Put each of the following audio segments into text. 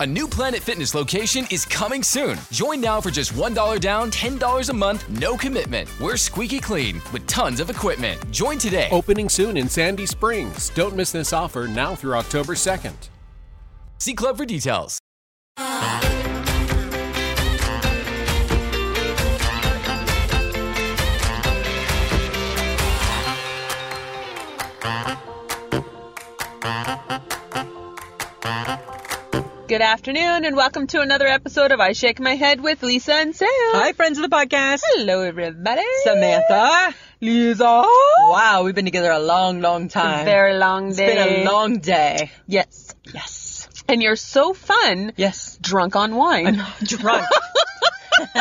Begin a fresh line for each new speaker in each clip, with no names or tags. A new Planet Fitness location is coming soon. Join now for just $1 down, $10 a month, no commitment. We're squeaky clean with tons of equipment. Join today.
Oh.
Opening soon in Sandy Springs. Don't miss this offer now through October 2nd.
See Club for details.
Good afternoon, and welcome to another episode of I Shake My Head with Lisa and Sam.
Hi, friends of the podcast.
Hello, everybody.
Samantha.
Lisa.
Wow, we've been together a long, long time.
Very long
It's
day.
been a long day.
Yes.
Yes.
And you're so fun.
Yes.
Drunk on wine.
Drunk.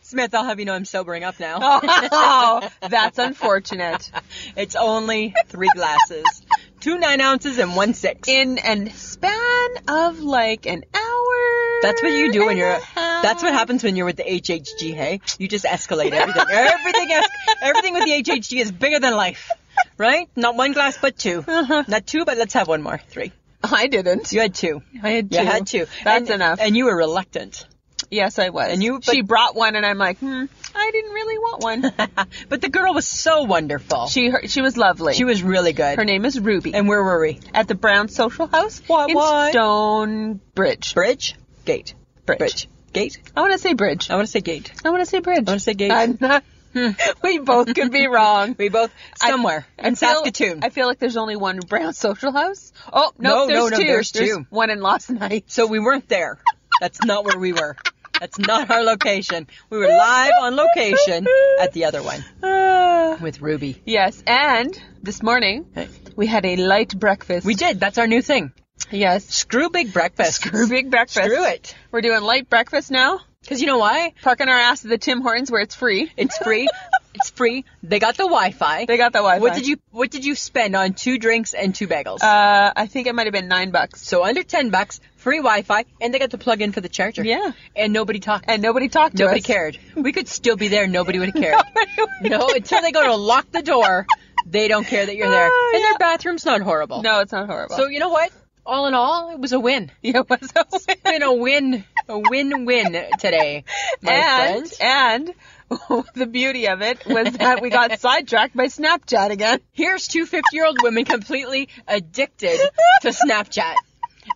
Smith, I'll have you know I'm sobering up now.
oh, that's unfortunate.
It's only three glasses. Two nine ounces and one six.
In an span of like an hour.
That's what you do when
and
you're.
a half.
That's what happens when you're with the HHG. Hey, you just escalate everything. everything, es- everything with the HHG is bigger than life, right? Not one glass, but 2
Uh-huh.
Not two, but let's have one more. Three.
I didn't.
You had two.
I had two.
You had two.
That's
And-
enough.
And you were reluctant.
yes, I was.
and you-
she
but-
brought one, and I'm like, hmm, I didn't really want one.
But the girl was so wonderful.
she she was lovely.
She was really good.
Her name is Ruby.
and where were we?
at the Brown Social House
What,
in
what?
Stone Bridge.
Bridge? Gate.
Bridge.
Bridge. Gate?
I want to say bridge.
I want to say gate.
I want to say bridge.
Oh. I want to say gate. Hmm.
I'm not. we both could be wrong.
we both
I-
somewhere
I
in
feel-
Saskatoon.
I feel like there's only one Brown Social House. Oh no,
No,
there's
no, no,
two.
there's two.
one in Lost Night.
so we weren't there. That's not where we were. That's not our location. We were live on location at the other one with Ruby.
Yes, and this morning we had a light breakfast.
We did. That's our new thing.
Yes,
Screw big breakfast.
screw big breakfast.
Screw it.
We're doing light breakfast now.
Because you know why?
Parking our ass at the Tim Hortons where it's free.
It's free. it's free. They got the Wi-Fi.
They got the Wi-Fi.
What did you What did you spend on two drinks and two bagels?
Uh, I think it might have been nine bucks.
so under ten bucks, free Wi-Fi, and they got to plug in for the charger.
Yeah.
And nobody talked.
And nobody talked to
nobody
us.
cared. We could still be there. Nobody would have cared. no, until they go to lock the door, they don't care that you're there.
Oh,
And their bathroom's not horrible.
No, it's not horrible.
So you know what? All in all, it was a win.
yeah, it was a win.
It's been a win, a win-win today, my
and
friend.
and the beauty of it was that we got sidetracked by Snapchat again.
Here's two 50-year-old women completely addicted to Snapchat.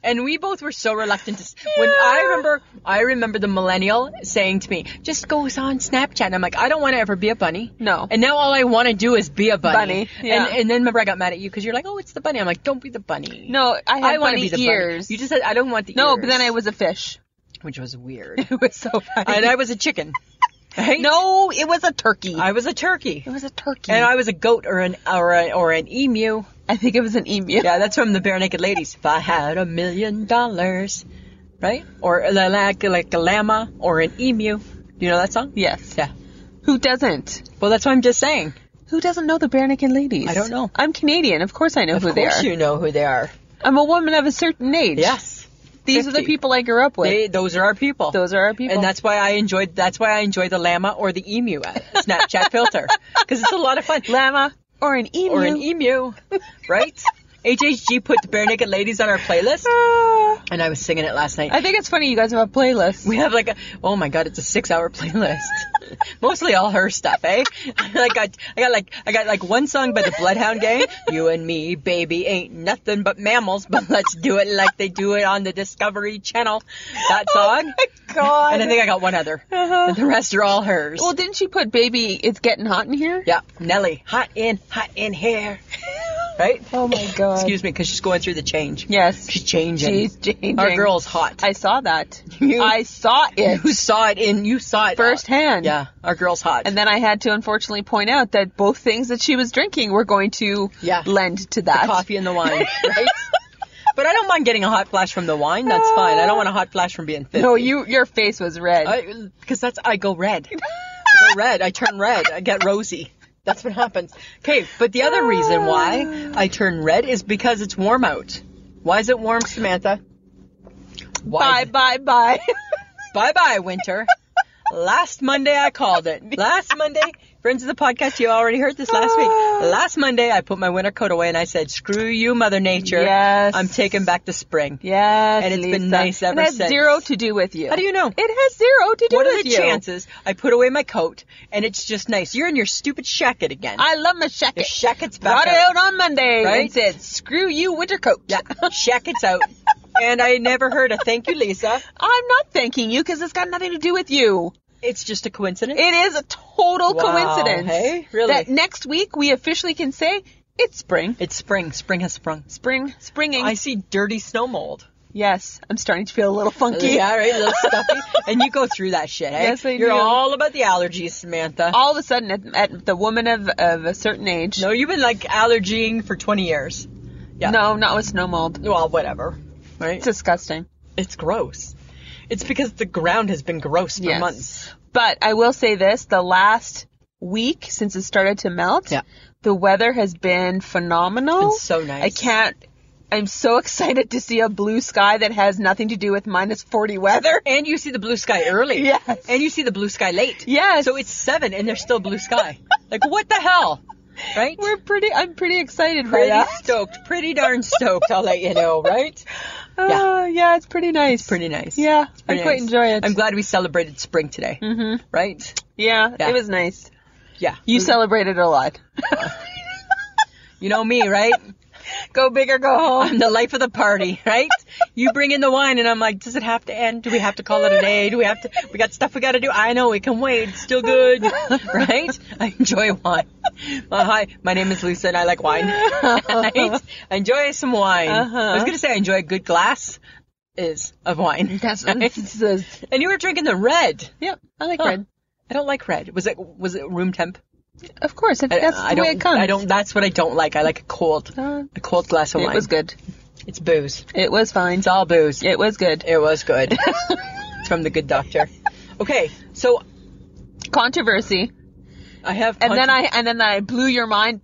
And we both were so reluctant to. s When I remember, I remember the millennial saying to me, "Just go on Snapchat." And I'm like, I don't want to ever be a bunny.
No.
And now all I want to do is be a bunny.
Bunny, yeah.
And, and then remember, I got mad at you because you're like, "Oh, it's the bunny." I'm like, "Don't be the bunny."
No, I had
I want to
bunny
be the
ears.
bunny. You just said I don't want the
no,
ears.
but then I was a fish.
which was weird.
It was so funny.
and I was a chicken. Right?
no, it was a turkey.
I was a turkey. Mm-hmm.
it was a turkey.
And I was a goat or an or, a, or an emu.
I think it was an emu.
Yeah, that's from the Bare Naked Ladies. If I had a million dollars, right? Or la- like like a llama or an emu. You know that song?
Yes.
Yeah.
Who doesn't?
Well, that's what I'm just saying.
Who doesn't know the Bare Naked Ladies?
I don't know.
I'm Canadian. Of course I know who
of
they
course
are.
you know who they are.
I'm a woman of a certain age.
Yes.
These are the
50.
people I grew up with.
They, those are our people.
Those are our people.
And that's why I enjoyed. That's why I enjoy the llama or the emu uh, Snapchat filter because it's a lot of fun.
llama or an emu.
or an emu, right? HHG put the Bare Naked Ladies on our playlist,
Ah.
and I was singing it last night.
I think it's funny you guys have a playlist.
we have like a, oh my god, it's a six-hour playlist. Mostly all her stuff, eh? I got, I got like, I got like one song by the Bloodhound Gang. You and me, baby, ain't nothing but mammals, but let's do it like they do it on the Discovery Channel. That song,
Oh God.
and I think I got one other.
Uh-huh.
And the rest are all hers.
Well, didn't she put baby, it's getting hot in here?
yeah, Nelly, hot in, hot in here, right?
Oh my god.
Excuse me, because she's going through the change.
Yes.
She's changing.
She's changing.
Our girl's hot.
I saw that.
You-
I saw it
you saw it in you saw it
firsthand.
Yeah, our girl's hot.
And then I had to unfortunately point out that both things that she was drinking were going to
Yeah.
lend to that.
coffee and the wine, right? But I don't mind getting a hot flash from the wine. That's fine. I don't want a hot flash from being fit.
No, you your face was red.
because that's I go red. I go red. I turn red. I get rosy. That's what happens. Okay, but the other reason why I turn red is because it's warm out. Why is it warm, Samantha? Why
bye, bye, bye.
Bye bye, winter. last Monday I called it. Last Monday, friends of the podcast, you already heard this last week.
Ah.
Last Monday I put my winter coat away and I said, screw you, Mother Nature.
Yes.
I'm taking back the spring.
yes,
And it's
Lisa.
been nice ever
it has
since.
zero to do with you.
How do you know?
It has zero to do
what
with
are the
you.
chances I put away my coat and it's just nice? You're in your stupid shacket again.
I love my shacket.
Your shacket's back
Brought it
out.
out on Monday
Right?
and said, "Screw you, winter coat."
Yeah, shacket's out. and I never heard a thank you, Lisa.
I'm not thanking you because it's got nothing to do with you.
It's just a coincidence.
It is a total
Wow,
coincidence.
hey? Really?
That next week we officially can say it's spring.
it's spring. Spring has sprung.
spring, springing.
I see dirty snow mold.
yes, I'm starting to feel a little funky.
Yeah, right, a little stuffy. and you go through that shit, eh?
Yes, I
You're
do.
all about the allergies, Samantha.
All of a sudden, at, at the woman of, of a certain age.
no, you've been like allergying for 20 years. yeah.
No, not with snow mold.
Well, whatever. Right?
It's disgusting.
it's gross. It's because the ground has been gross for
Yes.
months.
But I will say this: the last week since it started to melt,
Yeah.
the weather has been phenomenal.
It's been so nice.
I can't. I'm so excited to see a blue sky that has nothing to do with minus 40 weather.
And you see the blue sky early.
Yes.
And you see the blue sky late.
Yes.
So it's seven and there's still blue sky. like what the hell? Right?
We're pretty. I'm pretty excited
pretty
by that.
stoked. Pretty darn stoked, I'll let you know, right?
Uh, yeah, it's pretty nice.
Pretty nice.
Yeah, I
Pretty
quite
nice.
enjoy it.
I'm glad we celebrated spring today. Mm-hmm. Right?
Yeah,
Yeah.
it was nice. Mm.
Yeah.
You celebrated a lot.
You know me, right?
Go big or go home.
I'm the life of the party, right? You bring in the wine, and I'm like, does it have to end? Do we have to call it a day? Do we have to? We got stuff we got to do. I know we can wait. It's still good, right? I enjoy wine. Uh, hi, my name is Lisa, and I like wine. right? I enjoy some wine.
Uh-huh.
I was gonna say I enjoy a good glass is of wine. And you were drinking the red.
Yep, I like
Huh.
red.
I don't like red. Was it was it room temp?
Of course, that's,
I,
that's
I
the
don't.
way it comes.
I don't. That's what I don't like. I like a cold,
Uh,
a cold glass of
It
wine.
was good.
It's booze.
It was fine.
It's all booze.
It was good.
It was good. It's from the good doctor. Okay, so
Controversy.
I have.
And then I and then I blew your mind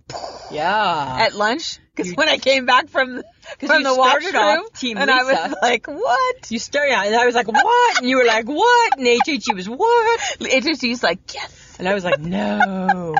yeah.
at lunch because
You-
when I came back from from
you
the
started
washroom
off Team
and I was
Lisa.
like, what?
you stared at, it, and I was like, "What?" And you were like, "What?" And HHG was, "What?"
It just he's like, yes.
And I was like, "No."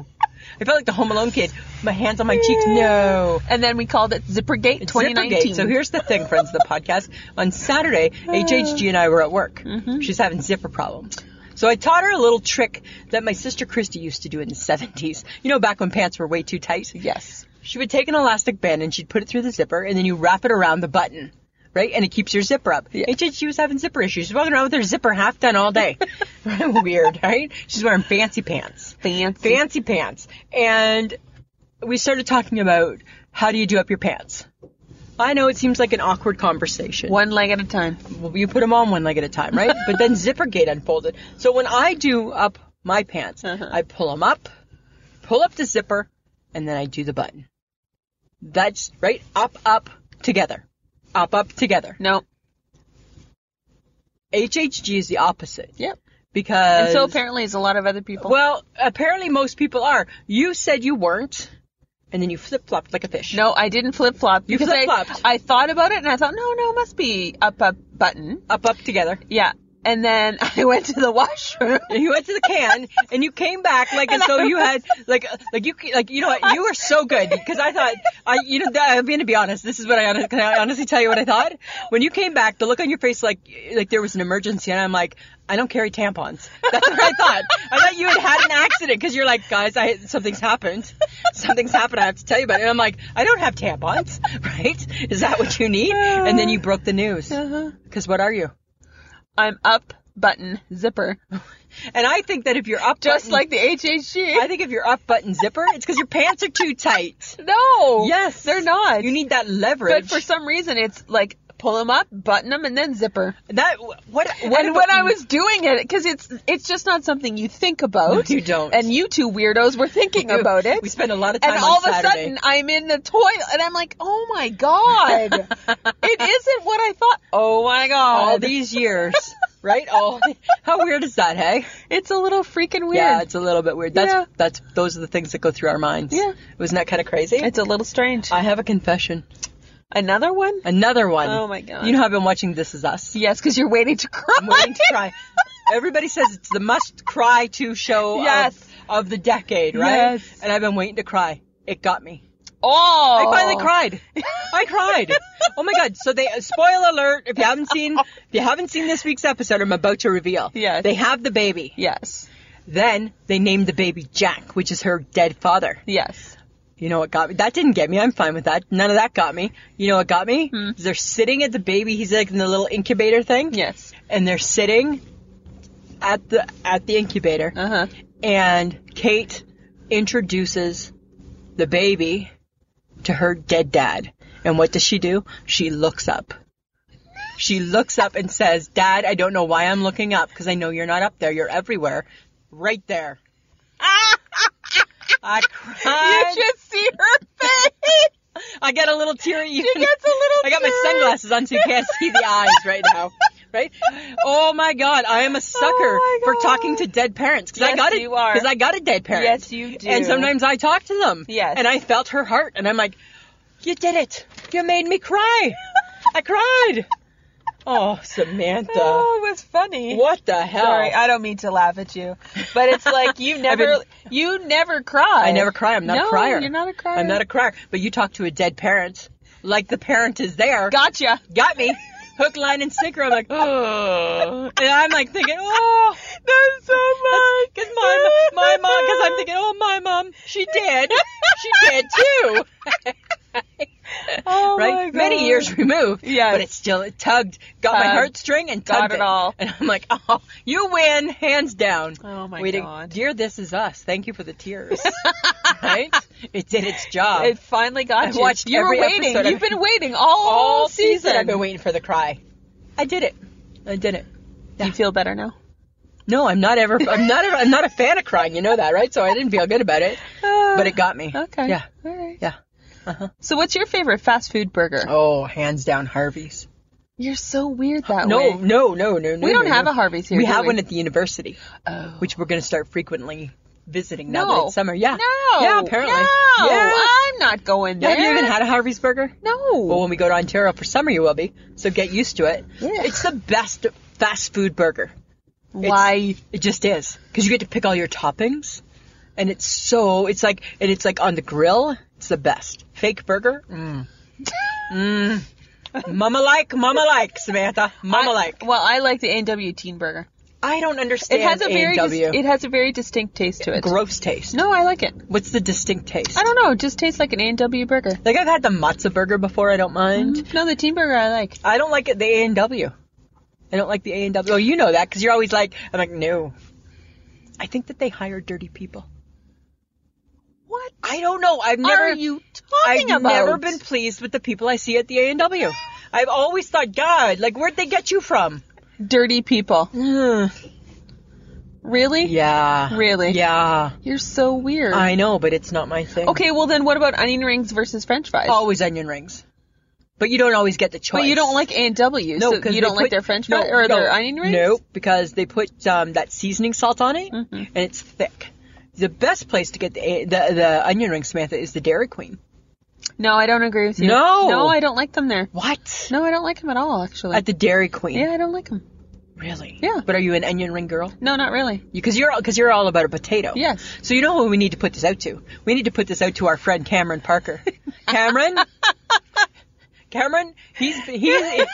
I felt like the Home Alone kid. My hands on my cheeks. No.
And then we called it Zippergate
It's
2019.
Zippergate. So here's the thing, friends of the podcast. On Saturday, HHG and I were at work.
Mm-hmm.
She's having zipper problems. So I taught her a little trick that my sister Christy used to do in the 70s. You know, back when pants were way too tight?
yes.
She would take an elastic band and she'd put it through the zipper and then you wrap it around the button, right? And it keeps your zipper up.
Yeah.
And she- she was having zipper issues. She's walking around with her zipper half done all day. Weird, right? She's wearing fancy pants.
Fancy.
Fancy pants. And we started talking about how do you do up your pants? I know it seems like an awkward conversation.
One leg at a time.
Well, you put them on one leg at a time, right? but then Zippergate unfolded. So when I do up my pants,
Uh-huh.
I pull them up, pull up the zipper, and then I do the button. That's right. Up, up, together. Up, up, together.
No.
HHG is the opposite.
Yep.
Because.
And so apparently, is a lot of other people.
Well, apparently most people are. You said you weren't, and then you flip flopped like a fish.
No, I didn't flip flop
You
because I-
flip-flopped.
I, thought about it and I thought, no, no, it must be up up button.
Up, up, together.
Yeah. And then I went to the washroom.
And you went to the can, and you came back like as though you had like uh, like you like you know what you were so good because I thought I you know that, I'm going to be honest. This is what I honest, can I honestly tell you what I thought when you came back. The look on your face like like there was an emergency, and I'm like I don't carry tampons. That's what I thought. I thought you had had an accident because you're like guys, I something's happened. Something's happened. I have to tell you about it. And I'm like I don't have tampons, right? Is that what you need? And then you broke the news
Uh-huh.
because what are you?
I'm up button zipper,
And I think that if you're up
just
button-
like the HHG.
I think if your up button zipper, it's because your pants are too tight.
no.
Yes.
They're not.
You need that
but
leverage.
for some reason, it's like pull them up, button them, and then zipper.
That what? what
and when I was doing it, because it's it's just not something you think about.
No, you don't.
And you two weirdos were thinking
do.
about it.
We spend a lot of time
And
on
all of a
Saturday.
sudden, I'm in the toilet, and I'm like, oh my god, it isn't what I thought. Oh my god,
all these years, right? All how weird is that? Hey,
it's a little freaking weird.
yeah, it's a little bit weird. That's
Yeah.
that's those are the things that go through our minds.
Yeah.
wasn't that kind of crazy?
It's a little strange.
I have a confession.
Another one?
Another one.
Oh, my God.
You know I've been watching This Is Us.
Yes, because you're waiting to cry.
I'm waiting to cry. Everybody says it's the must cry to show
Yes.
of, of the decade, right?
Yes.
And I've been waiting to cry. It got me.
Oh,
I finally cried. I cried. Oh my god! So they uh, spoil alert. If you haven't seen, if you haven't seen this week's episode, I'm about to reveal.
Yes.
They have the baby.
Yes,
Then they named the baby Jack, which is her dead father.
yes.
You know what got me? That didn't get me. I'm fine with that. None of that got me. You know what got me? They're sitting at the baby. He's like in the little incubator thing.
Yes.
And they're sitting at the at the incubator.
Uh huh.
And Kate introduces the baby to her dead dad. And what does she do? She looks up. She looks up and says, "Dad, I don't know why I'm looking up because I know you're not up there. You're everywhere, right there." I cried.
You should see her face.
I get a little teary. She
gets a little
I got my
teary.
sunglasses on so you can't see the eyes right now. Right? Oh my God, I am a sucker
Oh my
for talking to dead parents because I
Yes,
got it
you are.
because I got a dead parent.
Yes, you do.
And sometimes I talk to them.
Yes.
And I felt her heart, and I'm like, "You did it! You made me cry! I cried!" Oh, Samantha,
Oh, it was funny.
what the hell?
Sorry, I don't mean to laugh at you, but it's like you never, you never cry.
I never cry. I'm not
No,
a crier.
You're not a crier.
I'm not a crier. But you talk to a dead parent, like the parent is there.
Gotcha.
got me. Hook, line, and sinker. I'm like, oh, and I'm like thinking, oh, that's so much. Because my my mom, because I'm thinking, oh, my mom, she did, she did too.
Oh
right,
my God.
many years removed.
Yes.
but it still it tugged, got my
Tugged.
heartstring and
Got
tugged
it all.
And I'm like, oh, you win, hands down.
Oh my
Way to-
God.
dear, this is us. Thank you for the tears. right, it did its job.
It finally got
I've
you.
watched
you were
every
waiting.
episode.
You've been waiting all,
all
season.
season, I've been waiting for the cry. I did it. I did it.
Do you feel better now?
No, I'm not ever. I'm not. Ever, I'm not a fan of crying. You know that, right? So I didn't feel good about it, but it got me.
Uh, Okay.
Yeah.
All right.
Yeah.
So, what's your favorite fast food burger?
Oh, hands down, Harvey's.
You're so weird that
No,
way.
no, no, no, no.
We don't
no,
have
no.
a Harvey's here,
We
do
have
we?
one at the university,
Oh.
which we're going to start frequently visiting now that
No.
it's summer. Yeah.
No.
Yeah. Apparently.
No.
Yeah.
I'm not going there.
Have you even had Oh, a Harvey's burger?
No.
Well, when we go to Ontario for summer, you will be. So get used to it.
Yeah.
It's the best fast food burger. It's-
Why?
It just is because you get to pick all your toppings, and it's so it's like and it's like on the grill. It's the best fake burger. Mm. Mm. Mama like, mama like, Samantha. Mama like.
I- well, I like the A&W teen burger.
I don't
It
understand.
has a very dis-
A&W.
it has a very distinct taste to it.
gross taste.
No, I like it.
What's the distinct taste?
I don't know. It just tastes like an A&W burger.
like. I've had the matzo burger before. I don't mind.
No, the teen burger I like.
I don't like it. The A and W. I don't like the A and W. Oh, you know that because you're always like, I'm like, no. I think that they hire dirty people.
What
I don't know. I've never.
are you talking
I've
about?
never been pleased with the people I see at the A and W. I've always thought, God, like, where'd they get you from?
dirty people. Really?
Yeah.
Really?
Yeah.
You're so weird.
I know, but it's not my thing.
okay, well then, what about onion rings versus French fries?
Always onion rings, but you don't always get the choice.
but you don't like A&W,
No,
so
because
you don't like their French fries or their onion rings.
No, because they put um, that seasoning salt on it,
Mm-hmm.
and it's thick. The best place to get the, the the onion rings, Samantha, is the Dairy Queen.
No, I don't agree with you.
No.
no, I don't like them there.
What?
No, I don't like them at all. Actually,
At the Dairy Queen.
yeah, I don't like them.
Really?
Yeah.
But are you an onion ring girl?
No, not really.
Because you're because you're all about a potato.
Yes.
So you know who we need to put this out to? We need to put this out to our friend Cameron Parker. Cameron. Cameron, he's he's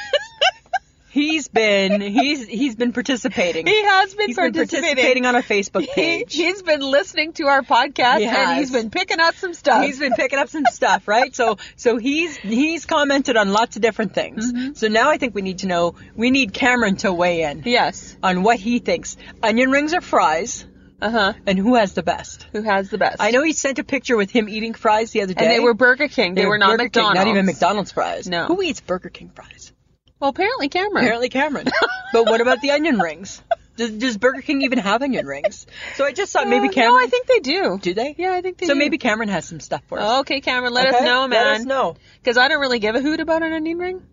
he's been he's he's been participating.
He has been,
He's been
participating.
participating on our Facebook
He,
page.
he's been listening to our podcast
He
and
has.
he's been picking up some stuff.
He's been picking up some stuff, right? So so he's he's commented on lots of different things.
Mm-hmm.
So now I think we need to know we need Cameron to weigh in
yes.
on what he thinks. Onion rings or fries
Uh huh.
and who has the best.
Who has the best?
I know he sent a picture with him eating fries the other day.
And they were Burger King. They, were not
Burger King,
McDonald's.
not even McDonald's fries.
No.
Who eats Burger King fries?
Well, apparently Cameron.
Apparently Cameron. but what about the onion rings? Does, does Burger King even have onion rings? So I just thought maybe
Uh,
Cameron.
No, I think they do.
Do they?
Yeah, I think they
so
do.
maybe Cameron has some stuff for us.
Okay, Cameron, let us
Okay?
know, man.
Let us know.
Because I don't really give a hoot about an onion ring.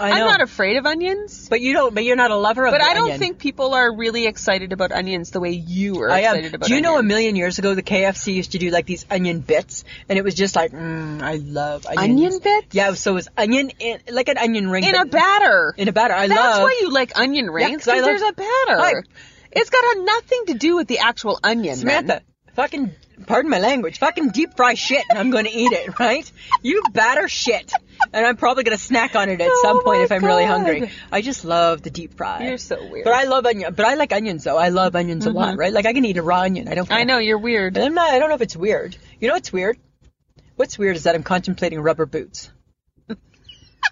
I know.
I'm not afraid of onions.
But you don't. But you're not a lover of.
But
the
I don't
onion.
think people are really excited about onions the way you are
I am.
excited about
do you know a
onions.
million years ago the KFC used to do like these onion bits, and it was just like, mm, I love onions.
Onion bits?
Yeah. So it was onion in like an onion ring
in
but-
a batter.
In a batter. I
That's
love.
why you like onion rings,
'cause I
because
love-
there's a batter.
I-
it's got a- nothing to do with the actual onion. man.
Samantha, fucking, pardon my language, fucking deep fry shit and I'm gonna eat it, right? You batter shit. And I'm probably gonna snack on it at
Oh
some point
my
if I'm really
God.
hungry. I just love the deep fry.
You're so weird. Mm-hmm.
But I love onion, but I like onions though. I love onions a lot, right? Like I can eat a raw onion. I don't care.
I know, you're
But
weird.
I'm not, I don't know if it's weird. You know what's weird? What's weird is that I'm contemplating rubber boots.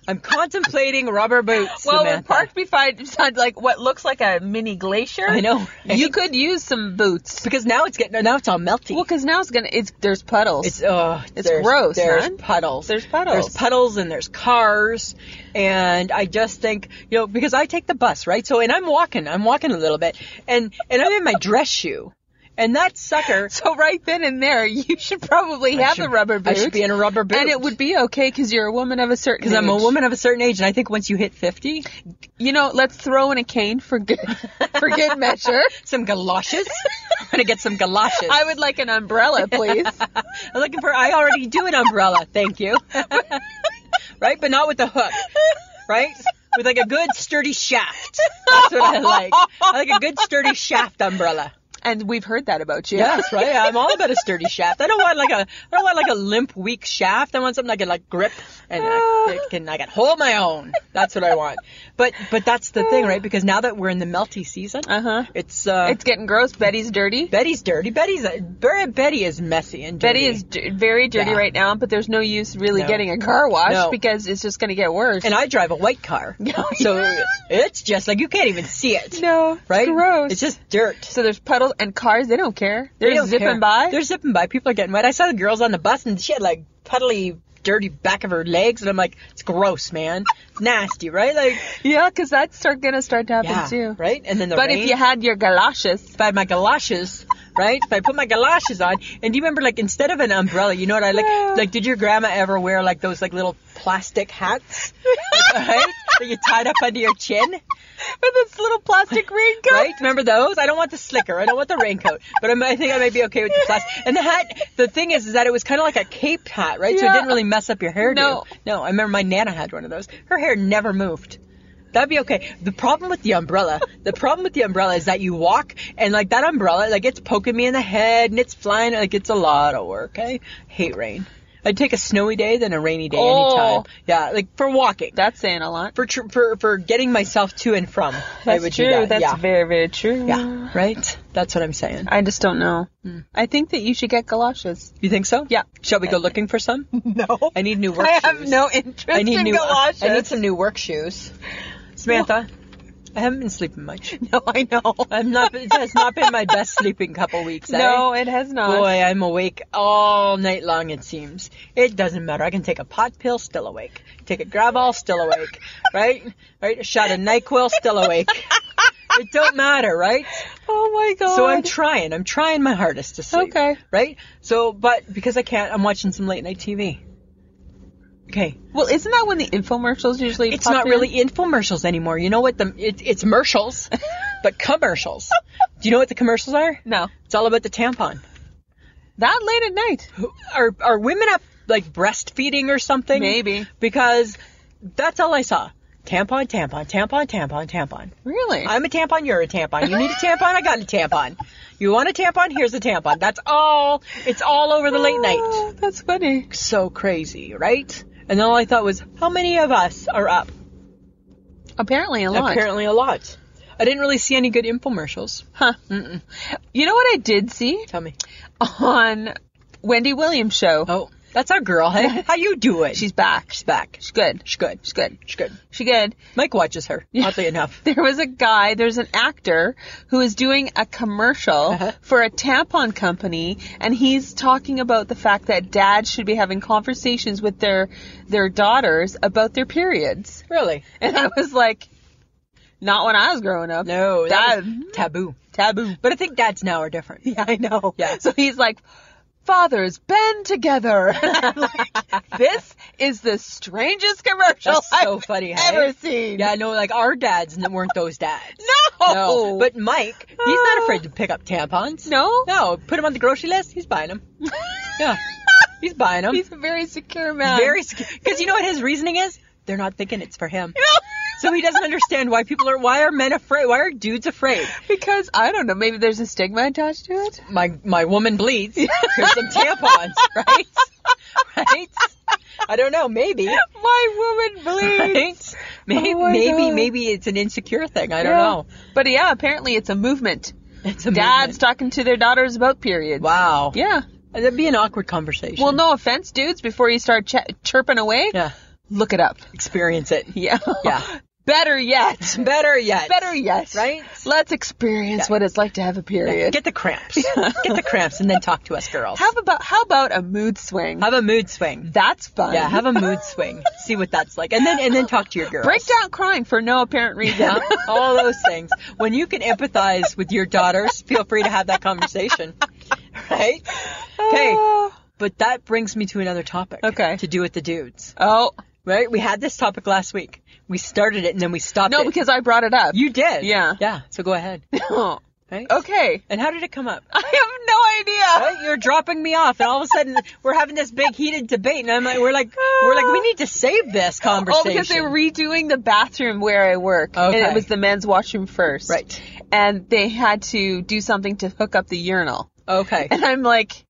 I'm contemplating rubber boots.
Well, we're
Samantha.
parked beside, beside like what looks like a mini glacier.
I know, right?
You could use some boots.
Because now it's getting, now it's all melty.
Well, because now it's gonna it's there's puddles.
It's oh,
It's
there's-
gross,
There's
man.
puddles.
There's puddles.
There's puddles and there's cars, and I just think you know because I take the bus right. So and I'm walking, I'm walking a little bit, and and I'm in my dress shoe, and that sucker.
so right then and there, you should probably have
should-
the rubber
I
boot.
should be in a rubber boot.
and it would be okay because you're a woman of a certain.
Because I'm a
age.
woman of a certain age, and I think once you hit 50,
You know, let's throw in a cane for good for good measure.
some galoshes. I'm gonna get some galoshes.
I would like an umbrella, please.
I'm looking for. I already do an umbrella. Thank you. right, but not with the hook. Right, with like a good sturdy shaft. That's what I like. I like a good sturdy shaft umbrella.
and we've heard that about you.
Yes, right. I'm all about a sturdy shaft. I don't want like a. I don't want like a limp, weak shaft. I want something I can like grip and I, I can I can hold my own. That's what I want. But but that's the thing, right? Because now that we're in the melty season,
Uh-huh.
it's uh,
It's getting gross. Betty's dirty.
Betty's dirty. Betty's a, Betty is messy and dirty.
Betty is d- very dirty
Yeah.
right now, but there's no use really
No.
getting a car wash
No.
because it's just going to get worse.
and I drive a white car. so it's just like you can't even see it.
no,
right?
it's gross.
It's just dirt.
so there's puddles and cars. They don't care. They're
They don't
zipping
care.
by.
They're zipping by. People are getting wet. I saw the girls on the bus and she had like puddly, dirty back of her legs, and I'm like, it's gross, man. It's nasty, right? Like,
yeah, because that's start going to start to happen
yeah,
too.
right? And then the
But
rain.
if you had your galoshes,
if I had my galoshes, right? If I put my galoshes on, and do you remember, like, instead of an umbrella, you know what I like? Like, did your grandma ever wear like those like little plastic hats, right? That you tied up under your chin?
with this little plastic raincoat,
right? Remember those? I don't want the slicker. I don't want the raincoat. But I'm, I think I might be okay with the plastic. And the hat. The thing is, is that it was kind of like a cape hat, right? So it
Yeah.
didn't really mess up your hairdo.
No.
no. I remember my nana had one of those. Her hair never moved. That'd be okay. The problem with the umbrella, the problem with the umbrella is that you walk and like that umbrella, like it's poking me in the head and it's flying. Like it's a lot of work. I hate rain. I'd take a snowy day than a rainy day
Oh.
anytime. Yeah, like for walking,
That's saying a lot.
for tr- for for getting myself to and from. I
That's
would
true.
Do that.
That's
yeah.
very, very true.
Yeah, Hmm. right? That's what I'm saying.
I just don't know. I think that you should get galoshes.
You think so?
Yeah.
Shall we go looking for some?
No.
I need new work
I
shoes.
have no interest
I need
in
new
galoshes.
I need some new work shoes. Samantha, I haven't been sleeping much.
No, I know.
I'm not it has not been my best sleeping couple weeks. eh?
No, it has not.
Boy, I'm awake all night long it seems. It doesn't matter. I can take a pot pill, still awake. Take a Gravol, still awake. right? Right? A shot of NyQuil, still awake. it don't matter, right?
Oh my god.
So I'm trying. I'm trying my hardest to sleep.
Okay.
Right? So, but because I can't, I'm watching some late night TV. Okay.
well, isn't that when the infomercials usually?
It's
pop
not
in?
really e- infomercials anymore. You know what? The it, It's commercials, but commercials. Do you know what the commercials are?
No,
It's all about the tampon.
that late at night.
Are, are women up like breastfeeding or something?
Maybe.
Because that's all I saw. Tampon, tampon, tampon, tampon, tampon.
Really?
I'm a tampon, you're a tampon. You need a tampon, I got a tampon. You want a tampon? Here's a tampon. That's all. It's all over the late night.
Oh, that's funny.
So crazy, right? And all I thought was, how many of us are up?
Apparently a lot.
Apparently a lot. I didn't really see any good infomercials.
You know what I did see
Tell me.
on Wendy Williams show?
Oh. That's our girl. Hey, how you doing?
She's back.
She's back.
She's good.
She's good.
She's good.
She's good.
She good.
Mike watches her. Oddly enough.
There was a guy, there's an actor who is doing a commercial
Uh-huh.
for a tampon company and he's talking about the fact that dads should be having conversations with their their daughters about their periods.
Really?
And I was like not when I was growing up.
No, that
Dad
was taboo.
taboo.
But I think dads now are different.
Yeah, I know.
Yeah.
So he's like, fathers bend together. And I'm like, this is the strangest commercial
That's so
I've
funny, eh?" hey?
ever seen.
Yeah, no, like our dads n- weren't those dads.
No.
No. But Mike, he's not afraid to pick up tampons.
no,
No, put him on the grocery list. He's buying them. Yeah. He's buying them.
he's a very secure man.
very because you know what his reasoning is? They're not thinking it's for him. So he doesn't understand why people are why are men afraid? Why are dudes afraid?
because I don't know. Maybe there's a stigma attached to it.
My my woman bleeds. Here's some tampons, right? Right? I don't know, maybe.
My woman bleeds.
Right? Maybe
Oh my
maybe
God.
maybe it's an insecure thing. I don't
Yeah.
know.
But yeah, apparently it's a movement.
It's a
Dads
movement.
talking to their daughters about periods.
Wow.
Yeah.
That'd be an awkward conversation.
Well, no offense, dudes. Before you start ch- chirping away,
Yeah.
look it up.
Experience it.
Yeah.
Yeah.
Better yet.
Better yet.
Better yet.
Right?
Let's experience what it's like to have a period.
Get the cramps. Get the cramps and then talk to us girls.
Have about how about a mood swing?
Have a mood swing.
That's fun.
Yeah, have a mood swing. See what that's like, and then and then talk to your girls.
break down crying for no apparent reason.
Yeah, all those things. When you can empathize with your daughters, feel free to have that conversation. Right? Okay.
Oh.
But that brings me to another topic.
Okay.
To do with the dudes.
Oh
Right? We had this topic last week. We started it and then we stopped
no,
it.
because I brought it up.
you did.
Yeah. Oh.
Yeah. So go ahead. Right?
okay.
And how did it come up?
I have no idea.
Right? You're dropping me off, and all of a sudden we're having this big heated debate, and I'm like, we're like, we're like, we need to save this conversation.
Oh, because they were redoing the bathroom where I work, and
Okay.
it was the men's washroom first.
Right.
And they had to do something to hook up the urinal.
okay.
And I'm like,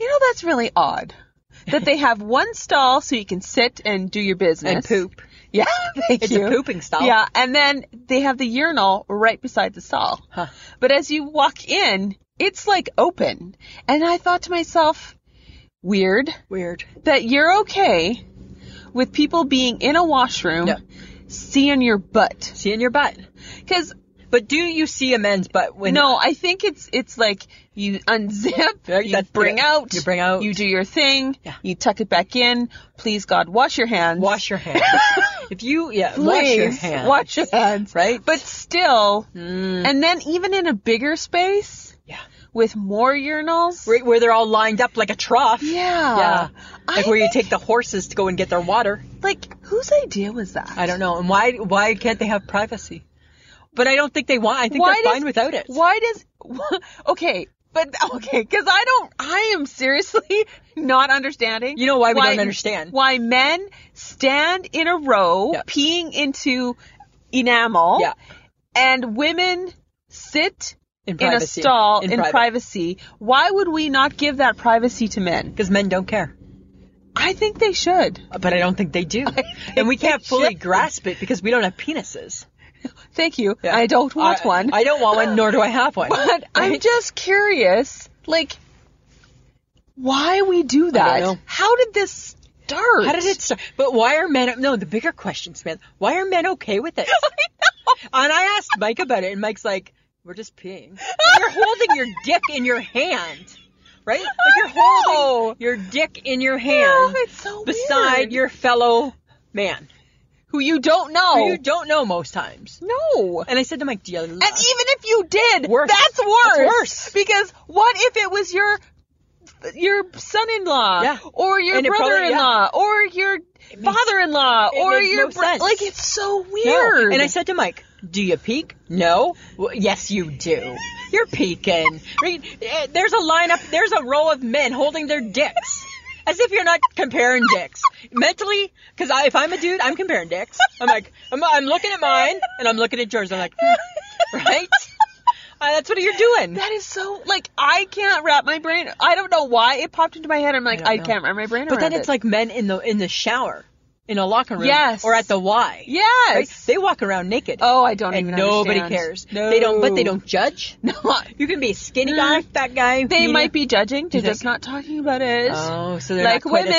you know, that's really odd that they have one stall so you can sit and do your business
And poop.
Yeah, thank
It's a
you.
pooping stall.
Yeah, and then they have the urinal right beside the stall. But as you walk in, it's like open, and I thought to myself, weird
Weird.
that you're okay with people being in a washroom
Yeah.
seeing your butt
See in your butt.
because.
But do you see a man's butt when?
No, I think it's it's like you unzip,
Right,
you
that's-
bring
yeah,
out,
you bring out.
you do your thing,
Yeah.
you tuck it back in. Please God, wash your hands.
Wash your hands. if you, yeah, wash your
Please,
hands.
wash your hands.
Right?
But still,
Mm.
and then even in a bigger space
yeah.
with more urinals.
Right where they're all lined up like a trough.
Yeah.
Yeah.
I
Like where you
think-
take the horses to go and get their water.
Like, whose idea was that?
I don't know. And why why can't they have privacy? But I don't think they want. I think they're fine without it.
Why does? Okay, but okay, because I don't. I am seriously not understanding.
You know why we don't understand.
why men stand in a row
Yeah.
peeing into enamel,
Yeah.
and women sit.
In
In a
privacy.
stall
In
in,
private.
privacy. Why would we not give that privacy to men?
Because men don't care.
I think they should.
But I don't think they do. and we can't
they
fully
should.
grasp it because we don't have penises.
Thank you.
Yeah.
I don't want
I-
one.
I don't want one, nor do I have one.
But I'm
Right?
just curious, like, why we do that?
know.
How did this start?
How did it start? But why are men? No, the bigger question, Samantha. Why are men okay with this? And I asked Mike about it, and Mike's like, "We're just peeing. You're holding your dick in your hand, right? Like you're holding your dick in your hand
No, it's so
beside
weird.
your fellow man
Who you don't know.
who you don't know most times."
no.
And I said to Mike, "Do you?" love-
Oh. And even if you did,
Worse.
that's worse.
That's worse.
Because what if it was your your son-in-law
Yeah.
or your
And it probably-
brother-in-law or your father-in-law
it
or
makes
your
no
bro-
sense.
like it's so
No.
weird.
And I said to Mike, "Do you peek? No. Well, yes, you do. You're peeking. Right? Eh, There's a lineup. There's a row of men holding their dicks, as if you're not comparing dicks mentally. Because I, if I'm a dude, I'm comparing dicks. I'm like, I'm, I'm looking at mine and I'm looking at yours. I'm like, hmm, right? Uh, that's what you're doing.
that is so like I can't wrap my brain. I don't know why it popped into my head. I'm like
don't
I,
know.
can't wrap my brain
But
around
then it's
it.
like men in the in the shower. in a locker room
Yes.
or at the Y.
Yes.
Right? They walk around naked.
Oh, I don't
and
even
nobody
understand.
cares.
No.
They don't, but they don't judge.
No.
You can be a skinny guy,
Mm.
fat guy.
They
medium.
might be judging. They're
You
just
think?
not talking about it.
Oh, so they're
Like
not quite as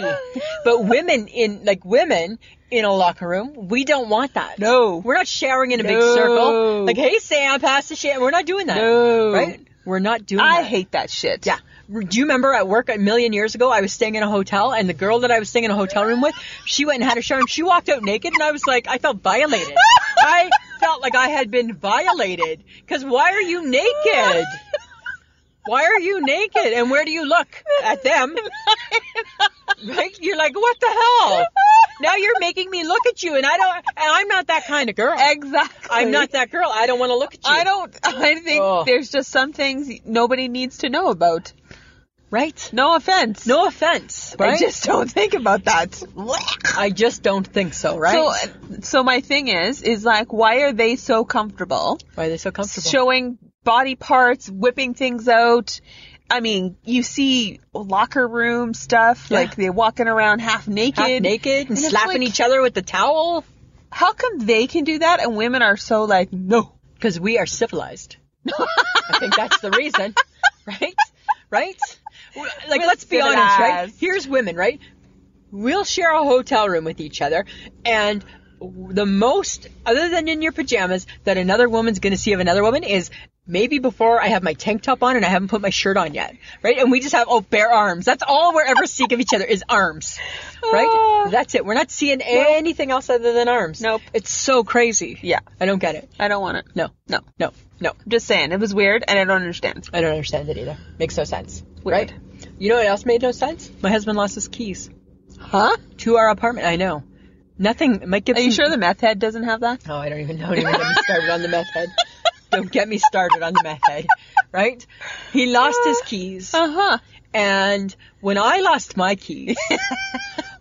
women.
catty. but women in like women in a locker room, we don't want that.
No.
we're not showering in a big
No.
circle. Like, hey Sam, pass the shit. We're not doing that.
No.
right? We're not doing.
I
that.
hate that shit.
Yeah. Do you remember at work a million years ago? I was staying in a hotel, and the girl that I was staying in a hotel room with, she went and had a shower, and she walked out naked, and I was like, I felt violated. I felt like I had been violated. Because why are you naked? Why are you naked? And where do you look? At them. Right? You're like, what the hell? Now you're making me look at you, and I don't, and I'm not that kind of girl.
Exactly.
I'm not that girl. I don't want to look at you.
I don't. I think
Oh.
there's just some things nobody needs to know about.
Right?
No offense.
No offense. Right?
I just don't think about that.
I just don't think so, right?
So, so my thing is, is like, why are they so comfortable
Why are they so comfortable?
showing body parts, whipping things out? I mean, you see locker room stuff,
Yeah.
like they're walking around half naked,
Half naked and,
it's
slapping
like,
each other with the towel
How come they can do that and women are so like, no?
because we are civilized. I think that's the reason, right? Right? Like,
We're
let's be honest, right?
civilized.
Here's women, right? We'll share a hotel room with each other, and the most, other than in your pajamas, that another woman's going to see of another woman is maybe before I have my tank top on and I haven't put my shirt on yet, right? And we just have oh bare arms. That's all we're ever seeing of each other is arms, right?
Ah.
That's it. We're not seeing anything else other than arms.
Nope.
It's so crazy.
Yeah.
I don't get it.
I don't want it.
No,
No.
no, no.
Just saying, it was weird and I don't understand.
I don't understand it either. Makes no sense.
Weird.
Right? You know what else made no sense? My husband lost his keys
Huh?
to our apartment. I know. Nothing. Mike
Are
Gibson.
you sure the meth head doesn't have that?
Oh, I don't even know. Don't even get me started on the meth head. Don't get me started on the meth head. Right? He lost his keys,
Uh huh.
and when I lost my keys,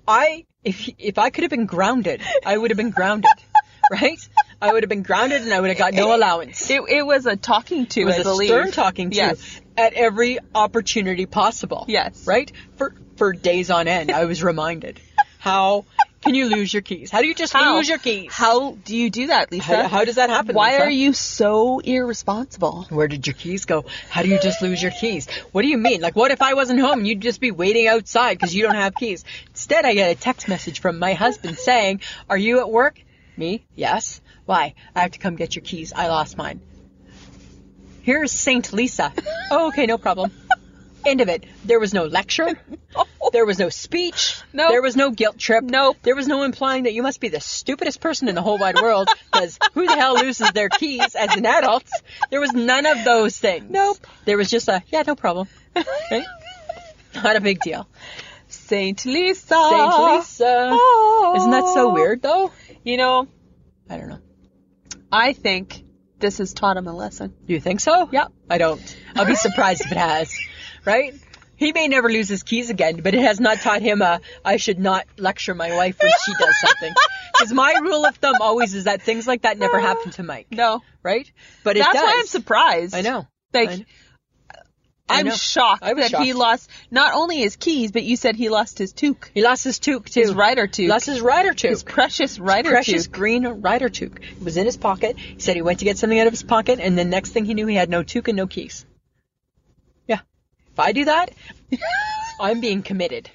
I if if I could have been grounded, I would have been grounded. Right? I would have been grounded, and I would have got no allowance.
It, it was a talking to,
It was
I
a
believe.
stern talking to
Yes.
at every opportunity possible.
Yes.
Right? For for days on end, I was reminded how can you lose your keys? How do you just
How?
lose your keys?
How do you do that, Lisa?
How- how does that happen,
Why
Lisa?
are you so irresponsible?
Where did your keys go? How do you just lose your keys? What do you mean? Like, what if I wasn't home? You'd just be waiting outside because you don't have keys. Instead, I get a text message from my husband saying, Are you at work? Me? Yes. Why? I have to come get your keys. I lost mine. Here's St. Lisa. Oh, okay, no problem. End of it. There was no lecture. There was no speech.
Nope.
There was no guilt trip.
Nope.
There was no implying that you must be the stupidest person in the whole wide world because who the hell loses their keys as an adult? There was none of those things.
Nope.
There was just a, yeah, no problem. Right? Not a big deal.
Saint Lisa. Ah.
Saint Lisa.
Oh.
Isn't that so weird though?
You know,
I don't know.
I think this has taught him a lesson.
You think so?
Yep.
I don't. I'll be surprised if it has. Right? He may never lose his keys again, but it has not taught him uh, I should not lecture my wife when she does something. Because my rule of thumb always is that things like that never happen to Mike.
No.
Right? But it
That's
does.
why I'm surprised.
I know.
Like,
I know. I
I'm
know.
shocked
I was
that he
shocked.
lost not only his keys, but you said he lost his toque,
He lost his toque too.
his rider toque,
Lost his rider toque.
his precious rider
precious
toque.
green rider toque. It was in his pocket. He said he went to get something out of his pocket, and the next thing he knew, he had no toque and no keys. Yeah. If I do that, I'm being committed,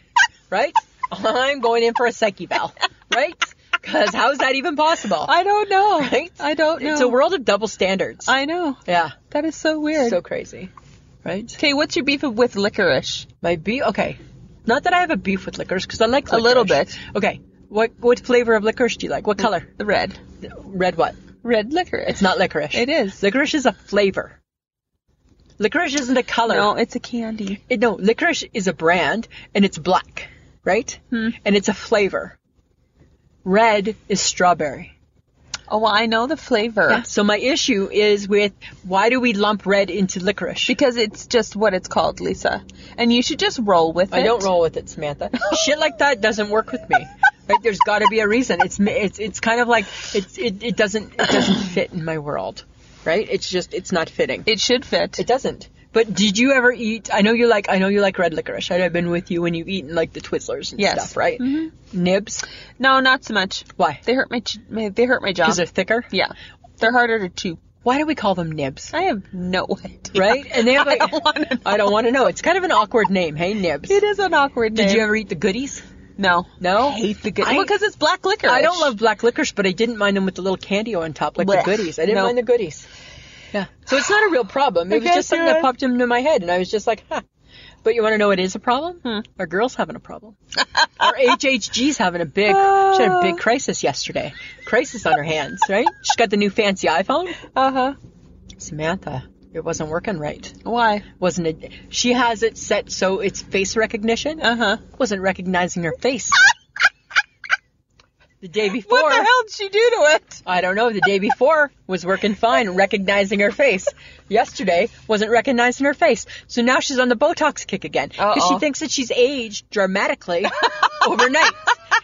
right? I'm going in for a psyche bell, right? Because how is that even possible?
I don't know.
Right?
I don't know.
It's a world of double standards.
I know.
yeah.
That is so weird.
So crazy, right?
okay, what's your beef with licorice?
My beef. Okay. Not that I have a beef with licorice, because I like
A
licorice.
little bit. Mm.
Okay. What what flavor of licorice do you like? What color?
The red.
Red what?
Red licorice.
It's not licorice.
It is.
Licorice is a flavor. Licorice isn't a color.
No, it's a candy.
It- no, licorice is a brand and it's black, right?
Hmm.
And it's a flavor. Red is strawberry.
Oh, well, I know the flavor.
So my issue is with why do we lump red into licorice?
Because it's just what it's called, Lisa. And you should just roll with it.
I don't roll with it, Samantha. Shit like that doesn't work with me. Right? There's got to be a reason. It's it's it's kind of like it's it, it doesn't it doesn't fit in my world, right? It's just it's not fitting.
It should fit.
It doesn't, But did you ever eat? I know you like. I know you like red licorice. I'd have been with you when you eaten like the Twizzlers and
Yes. Mm-hmm.
stuff, right? Nibs
No, not so much.
Why?
They hurt my, ch- my they hurt my jaw.
because they're thicker.
yeah, they're harder to chew.
Why do we call them nibs?
I have no idea.
Right? And they have.
I
like-
don't want to.
I don't want to know. It's kind of an awkward name. Hey, nibs.
It is an awkward name.
Did you ever eat the goodies?
No. I
No?
hate the good.
I-
Well, because it's black liquor.
I don't love black licorice, but I didn't mind them with the little candy on top, like
Blech.
the goodies. I didn't
No.
mind the goodies. Yeah. So it's not a real problem. It was
guess
just something
you're
that
right.
popped into my head, and I was just like, huh. But you want to know what is a problem?
Hmm.
Our girls having a problem. Our HHG's having a big, she had a big crisis yesterday. Crisis on her hands, right? She's got the new fancy iPhone.
Uh huh.
Samantha, it wasn't working right.
Why?
Wasn't it? She has it set so it's face recognition.
Uh huh.
Wasn't recognizing her face. the day before.
What the hell did she do to it?
I don't know. The day before was working fine, recognizing her face. Yesterday wasn't recognizing her face. So now she's on the Botox kick again because she
Uh-oh.
thinks that she's aged dramatically overnight.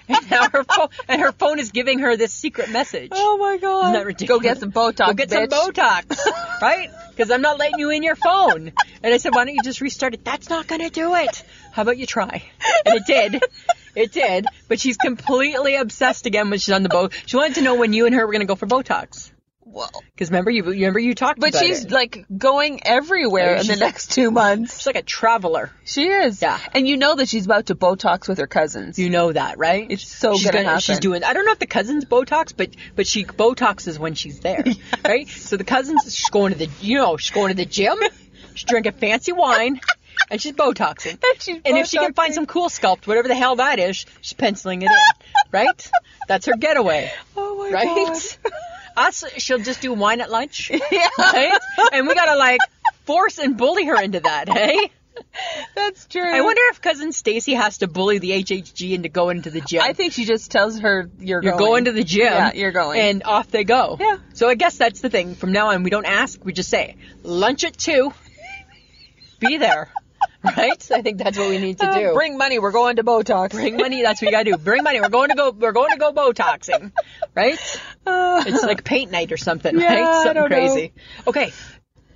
And now her phone and her phone is giving her this secret message.
Oh my god.
Isn't that ridiculous?
Go get some Botox.
Go get
bitch.
some Botox, right? Because I'm not letting you in your phone. And I said, why don't you just restart it? That's not going to do it. How about you try? And it did. It did. But she's completely obsessed again when she's on the boat. She wanted to know when you and her were going to go for Botox.
Well,
Because remember you remember you talked
but
about
she's
it.
like going everywhere
Yeah,
in the
she's-
next two months.
she's like a traveler.
She is.
Yeah.
And you know that she's about to Botox with her cousins.
You know that, right?
It's so
she's
gonna happen.
She's doing. I don't know if the cousins Botox, but but she Botoxes when she's there, right? So the cousins, she's going to the, you know, she's going to the gym. She's drinking fancy wine, and she's Botoxing.
And she's
if she can find
Botoxing.
some cool sculpt, whatever the hell that is, she's penciling it in, right? That's her getaway,
oh my
right? Us, she'll just do wine at lunch, right? And we gotta like force and bully her into that, hey?
That's true.
I wonder if cousin Stacy has to bully the HHG into going to the gym.
I think she just tells her you're,
You're going. to the gym.
Yeah, you're going.
And off they go.
Yeah.
So I guess that's the thing. From now on, we don't ask. We just say, lunch at two. Be there. right? I think that's what we need to do.
Uh, Bring money. We're going to Botox.
Bring money. That's what you gotta do. Bring money. We're going to go. We're going to go Botoxing. Right? it's like paint night or something.
Uh, Yeah,
right?
I
Something
don't know.
crazy. Okay.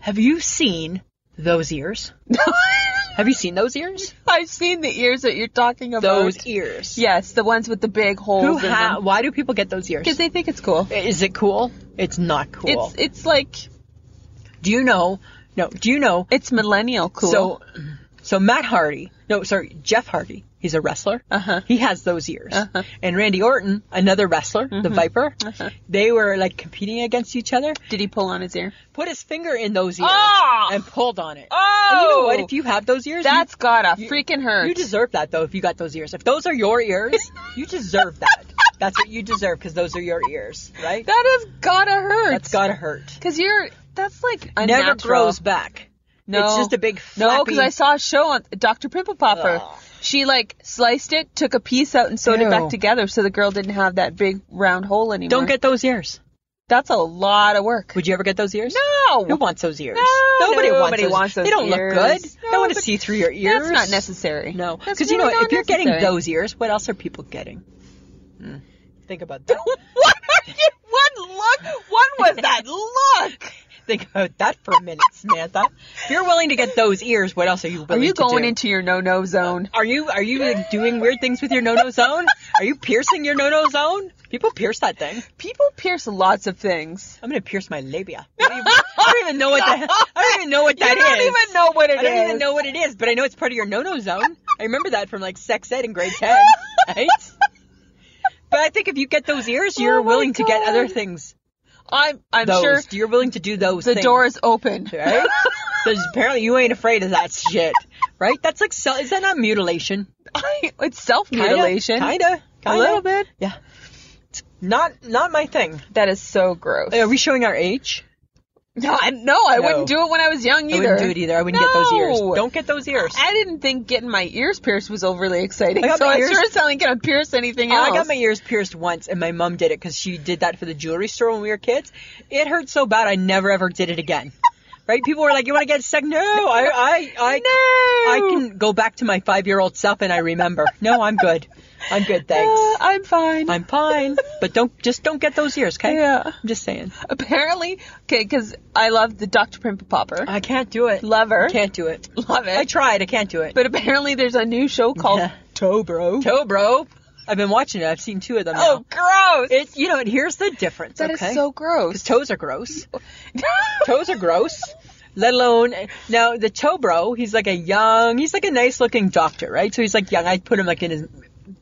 Have you seen those ears? Have you seen those ears?
I've seen the ears that you're talking about.
Those ears.
e-, Yes, the ones with the big holes
Who
in
ha-
them.
Why do people get those ears?
Because they think it's cool.
Is it cool? It's not cool.
It's it's like
Do you know? No. Do you know?
it's millennial cool.
So, so Matt Hardy. No, sorry, Jeff Hardy. He's a wrestler. Uh-huh. He has those ears. Uh-huh. And Randy Orton, another wrestler, the
Mm-hmm.
Viper.
Uh-huh.
They were like competing against each other.
did he pull on his ear?
Put his finger in those ears
Ah!
and pulled on it.
Oh!
And you know what? If you have those ears,
That's gotta freaking
you,
hurt.
you deserve that though. If you got those ears, if those are your ears, you deserve that. That's what you deserve because those are your ears, right?
that has gotta hurt.
That's gotta hurt.
Because you're that's like
Never
unnatural.
grows back.
No,
It's just a big
no.
flappy-
Because I saw a show on Dr. Pimple Popper.
Ugh.
She like sliced it, took a piece out, and sewed it
Ew.
back together, so the girl didn't have that big round hole anymore.
Don't get those ears.
that's a lot of work.
Would you ever get those ears?
No.
Who wants those ears?
No,
nobody, wants,
nobody
those.
wants those
They don't
ears.
look good. I
No,
want to
but
see through your ears.
That's not necessary.
No,
That's
because you know
really
what?
not
if you're getting
necessary. Hmm.
those ears, what else are people getting? Mm. Think about that.
what are you? What look? What was that look?
Think about that for a minute, Samantha. If you're willing to get those ears, what else are you willing
Are you
to
going
do?
into your no-no zone?
Are you are you like, doing weird things with your no-no zone? Are you piercing your no-no zone? People pierce that thing.
People pierce lots of things.
I'm gonna pierce my labia. I don't even, I don't even know what that. I don't even know what
I
that is.
don't even know what it is.
I don't even know what it is, but I know it's part of your no-no zone. I remember that from like sex ed in grade ten, right? But I think if you get those ears, you're
Oh my
willing to get
God.
other things.
I'm I'm
Those
sure
you're willing to do those.
the
things,
door is open.
right. Because apparently you ain't afraid of that shit, right? That's like so, is that not mutilation?
it's self mutilation.
Kinda,
A
kinda.
little bit.
Yeah. It's Not not my thing.
That is so gross.
Are we showing our age?
no, I, no, I
No.
wouldn't do it when I was young either.
I wouldn't do it either. I wouldn't get those ears.
No.
Don't get those ears.
I didn't think getting my ears pierced was overly exciting,
I got
so
my
I
ears-
sure as hell ain't gonna pierce anything
Yeah,
else.
I got my ears pierced once, and my mom did it because she did that for the jewelry store when we were kids. It hurt so bad, I never ever did it again. right? People were like, "You want to get sick?" No, I, I, I, I can go back to my five-year-old self and I remember. No, I'm good. I'm good,
Uh,
thanks.
I'm fine.
I'm fine, but don't just don't get those ears, okay?
Yeah.
I'm just saying.
Apparently, okay, because I love the Dr. Pimple Popper.
I can't do it.
Love her.
Can't do it.
Love it.
I tried. I can't do it.
But apparently, there's a new show called
Yeah.
Tobro.
toe, bro. I've been watching it. I've seen two of them. now.
oh, gross!
It's you know, and here's the difference.
That is
okay?
so gross.
Because toes are gross. toes are gross. Let alone now the toe bro. He's like a young. He's like a nice looking doctor, right? So he's like young. I'd put him like in his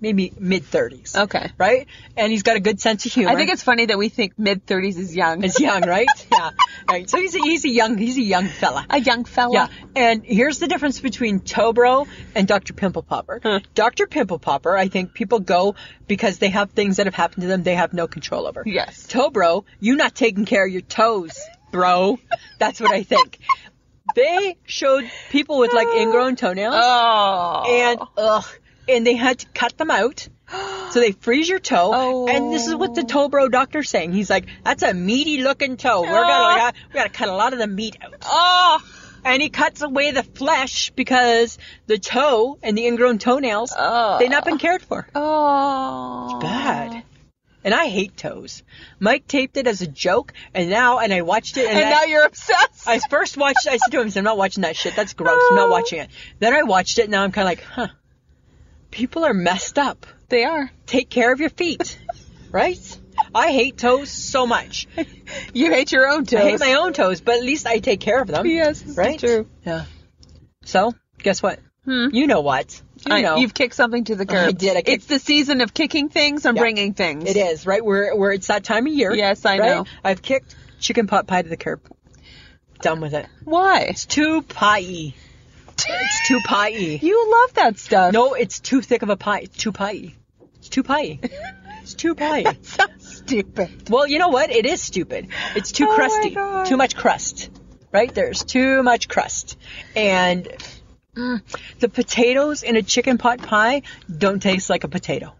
maybe mid thirties.
Okay.
Right. And he's got a good sense of humor.
I think it's funny that we think mid 30s is young.
It's young, right? yeah. Right. So he's a, he's a young he's a young fella.
a young fella.
Yeah, and here's the difference between Tobro and Dr. Pimple Popper. Dr. Pimple Popper, I think people go because they have things that have happened to them they have no control over.
Yes.
Tobro, you not taking care of your toes, bro. That's what I think. They showed people with like ingrown toenails
Oh.
and ugh, and they had to cut them out. So they freeze your toe,
Oh.
and this is what the toe bro doctor's saying. He's like, "That's a meaty looking toe. We're gonna we gotta, we gotta cut a lot of the meat out."
oh.
and he cuts away the flesh because the toe and the ingrown toenails they've not been cared for.
Oh.
Bad. And I hate toes. Mike taped it as a joke, and now and I watched it, and,
And
I-
now you're obsessed.
I first watched. I said to him, I said, "I'm not watching that shit. That's gross. I'm not watching it." Then I watched it. And now I'm kind of like, "Huh? People are messed up.
they are.
Take care of your feet, right?" I hate toes so much.
You hate your own toes.
I hate my own toes, but at least I take care of them.
Yes, this is
right?
true. Hmm.
Yeah. So, guess what? You know what? You
I
know.
You've kicked something to the curb.
I did, I kicked-
it's the season of kicking things and
Yeah.
bringing things.
it is right. We're we're it's that time of year.
Yes, I
right?
know.
I've kicked chicken pot pie to the curb. Done with it.
Why?
It's too pie. It's too pie.
You love that stuff.
No, it's too thick of a pie. It's too pie. It's too pie. It's too pie.
So stupid.
well, you know what? It is stupid. It's too
Oh my
crusty.
God.
Too much crust. Right? There's too much crust. And mm, the potatoes in a chicken pot pie don't taste like a potato.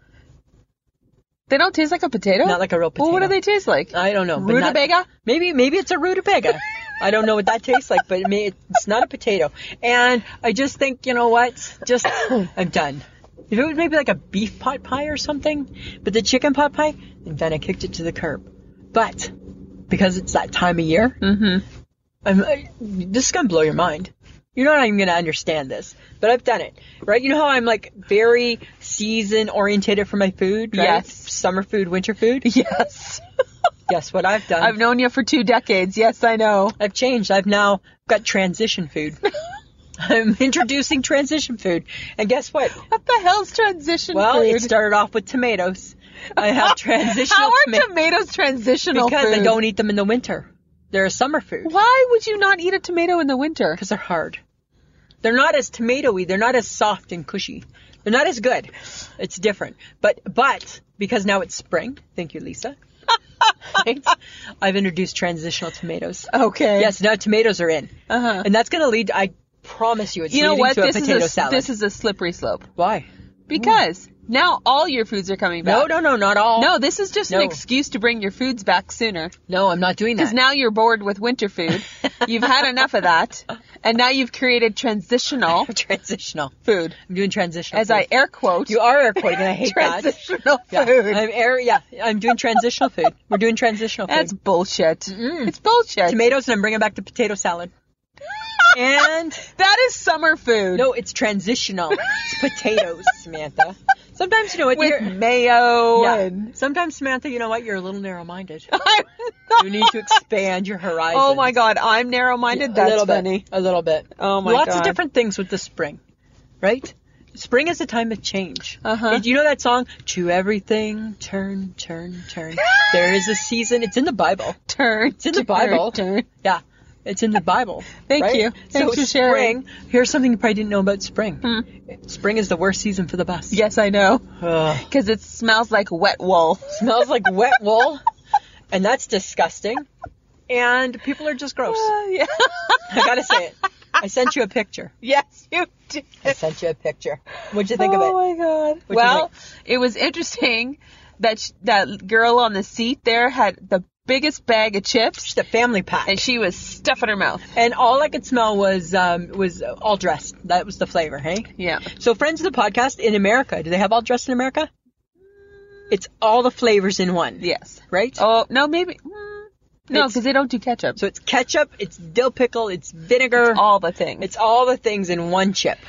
They don't taste like a potato.
Not like a real
Well, what do
potato.
they taste like?
I don't know. but not-
Rutabaga.
Maybe maybe it's a rutabaga. I don't know what that tastes like, but it may, it's not a potato. And I just think, you know what? Just I'm done. If it was maybe like a beef pot pie or something, but the chicken pot pie, then I kicked it to the curb. But because it's that time of year, mm-hmm. I'm, I, this is gonna blow your mind. You're not even gonna understand this, but I've done it, right? You know how I'm like very season orientated for my food, right?
Yes.
Summer food, winter food.
Yes.
Guess what I've done?
I've known you for two decades. Yes, I know.
I've changed. I've now got transition food. I'm introducing transition food. And guess what?
What the hell's transition
Well,
food?
it started off with tomatoes. I have transitional
How are
tomatoes
tomatoes transitional
because
food?
I don't eat them in the winter. They're a summer food
Why would you not eat a tomato in the winter?
because they're hard. They're not as tomatoey. They're not as soft and cushy. They're not as good. It's different. But but because now it's spring. Thank you, Lisa. Right? I've introduced transitional tomatoes.
Okay. Uh-huh.
Yes, now tomatoes are in. And that's going to lead, I promise you, it's
You know
leading
what?
to a
This
potato
is a,
salad.
this is a slippery slope
Why?
because now all your foods are coming back.
No, no, no, not all.
No, this is just an
No.
excuse to bring your foods back sooner.
No, I'm not doing that.
Because now you're bored with winter food. you've had enough of that. And now you've created transitional
transitional.
food.
I'm doing transitional.
As I
food.
air quote.
You are air quoting, and I hate that.
transitional
Yeah,
food.
I'm air, yeah, I'm doing transitional food. We're doing transitional food.
That's bullshit. It's bullshit.
tomatoes, and I'm bringing back the potato salad. and
That is summer food.
no, it's transitional. It's potatoes, Samantha. Sometimes you know what?
with
you're,
mayo
yeah.
and.
Sometimes Samantha, you know what? You're a little narrow-minded.
I'm
you
not-
need to expand your horizon.
oh my god, I'm narrow minded.
a
That's
little
funny.
bit. A little bit.
Oh my
Lots
God.
of different things with the spring, right? Spring is a time of change.
Uh-huh.
And you know that song, "To Everything Turn, Turn, Turn." there is a season. It's in the Bible.
Turn.
It's in the Bible.
Turn.
Yeah, it's in the Bible.
Thank
right?
you. Thanks
so
for sharing. Hmm.
Spring, here's something you probably didn't know about spring. Spring is the worst season for the bus.
Yes, I know.
Ugh.
Because it smells like wet wool.
smells like wet wool, and that's disgusting. And people are just gross.
yeah.
I gotta say it. I sent you a picture.
Yes, you did.
I sent you a picture. What'd you think of it?
oh my god.
you
well,
think?
it was interesting that sh- that girl on the seat there had the biggest bag of chips,
The family pack.
and she was stuffing her mouth.
and all I could smell was um, was all dressed. That was the flavor, hey?
Yeah.
So, friends of the podcast in America, do they have all dressed in America? It's all the flavors in one.
Yes.
Right?
Oh no, maybe. mm, No,
It's-
because they don't do ketchup.
So it's ketchup, it's dill pickle, it's vinegar. It's
all the things.
it's all the things in one chip.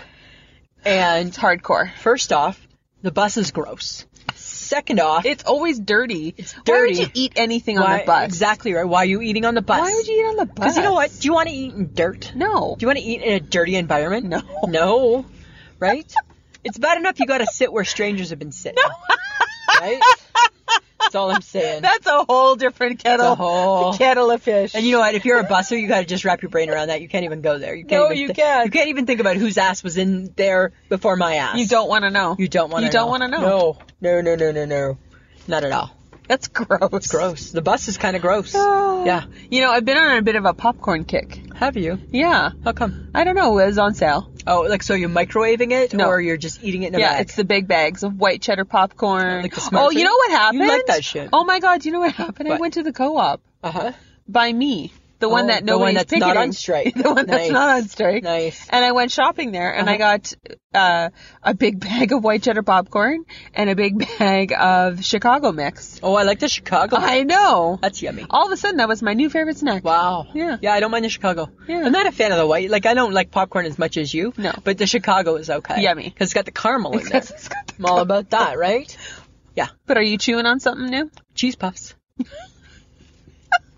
And
it's hardcore.
first off, the bus is gross. Second off,
It's always dirty.
It's
Why would
dirty.
you eat anything
why-
on the bus?
Exactly right. Why are you eating on the bus?
Why would you eat on the bus?
Because you know what? Do you want to eat in dirt?
No.
Do you want to eat in a dirty environment? No. No. Right? it's bad enough you got to sit where strangers have been sitting. Right? That's all I'm saying.
That's a whole different kettle.
a whole-
kettle of fish.
and you know what? If you're a busser, you got to just wrap your brain around that. You can't even go there. You can't
No,
even
you
thi-
can't.
You can't even think about whose ass was in there before my ass.
You don't want to know.
You don't want to.
You don't want to know.
No. No. No. No. No. No. Not at all.
That's gross.
It's gross. The bus is kind of gross. Yeah.
You know, I've been on a bit of a popcorn kick.
Have you?
Yeah.
How come?
I don't know. It was on sale.
Oh, like so you're microwaving it,
No.
or you're just eating it in a
yeah,
bag?
it's the big bags of white cheddar popcorn.
Like the Smurf
oh, you
thing?
know what happened?
You like that shit.
Oh my god, you know what happened? I
What?
went to the co-op
uh huh.
by me, the one
Oh,
that
the one
nobody's
that's not
picketing.
on strike.
the one that's
Nice.
not on strike.
Nice.
And I went shopping there, and I
Uh-huh.
got uh, a big bag of white cheddar popcorn and a big bag of Chicago mix.
Oh, I like the Chicago.
I know.
That's yummy.
All of a sudden, that was my new favorite snack.
Wow.
Yeah.
Yeah, I don't mind the Chicago.
Yeah.
I'm not a fan of the white. Like I don't like popcorn as much as you.
No.
But the Chicago is okay.
Yummy.
Because it's got the caramel in there.
It's got the-
I'm all about that, right?
But are you chewing on something new?
Cheese puffs.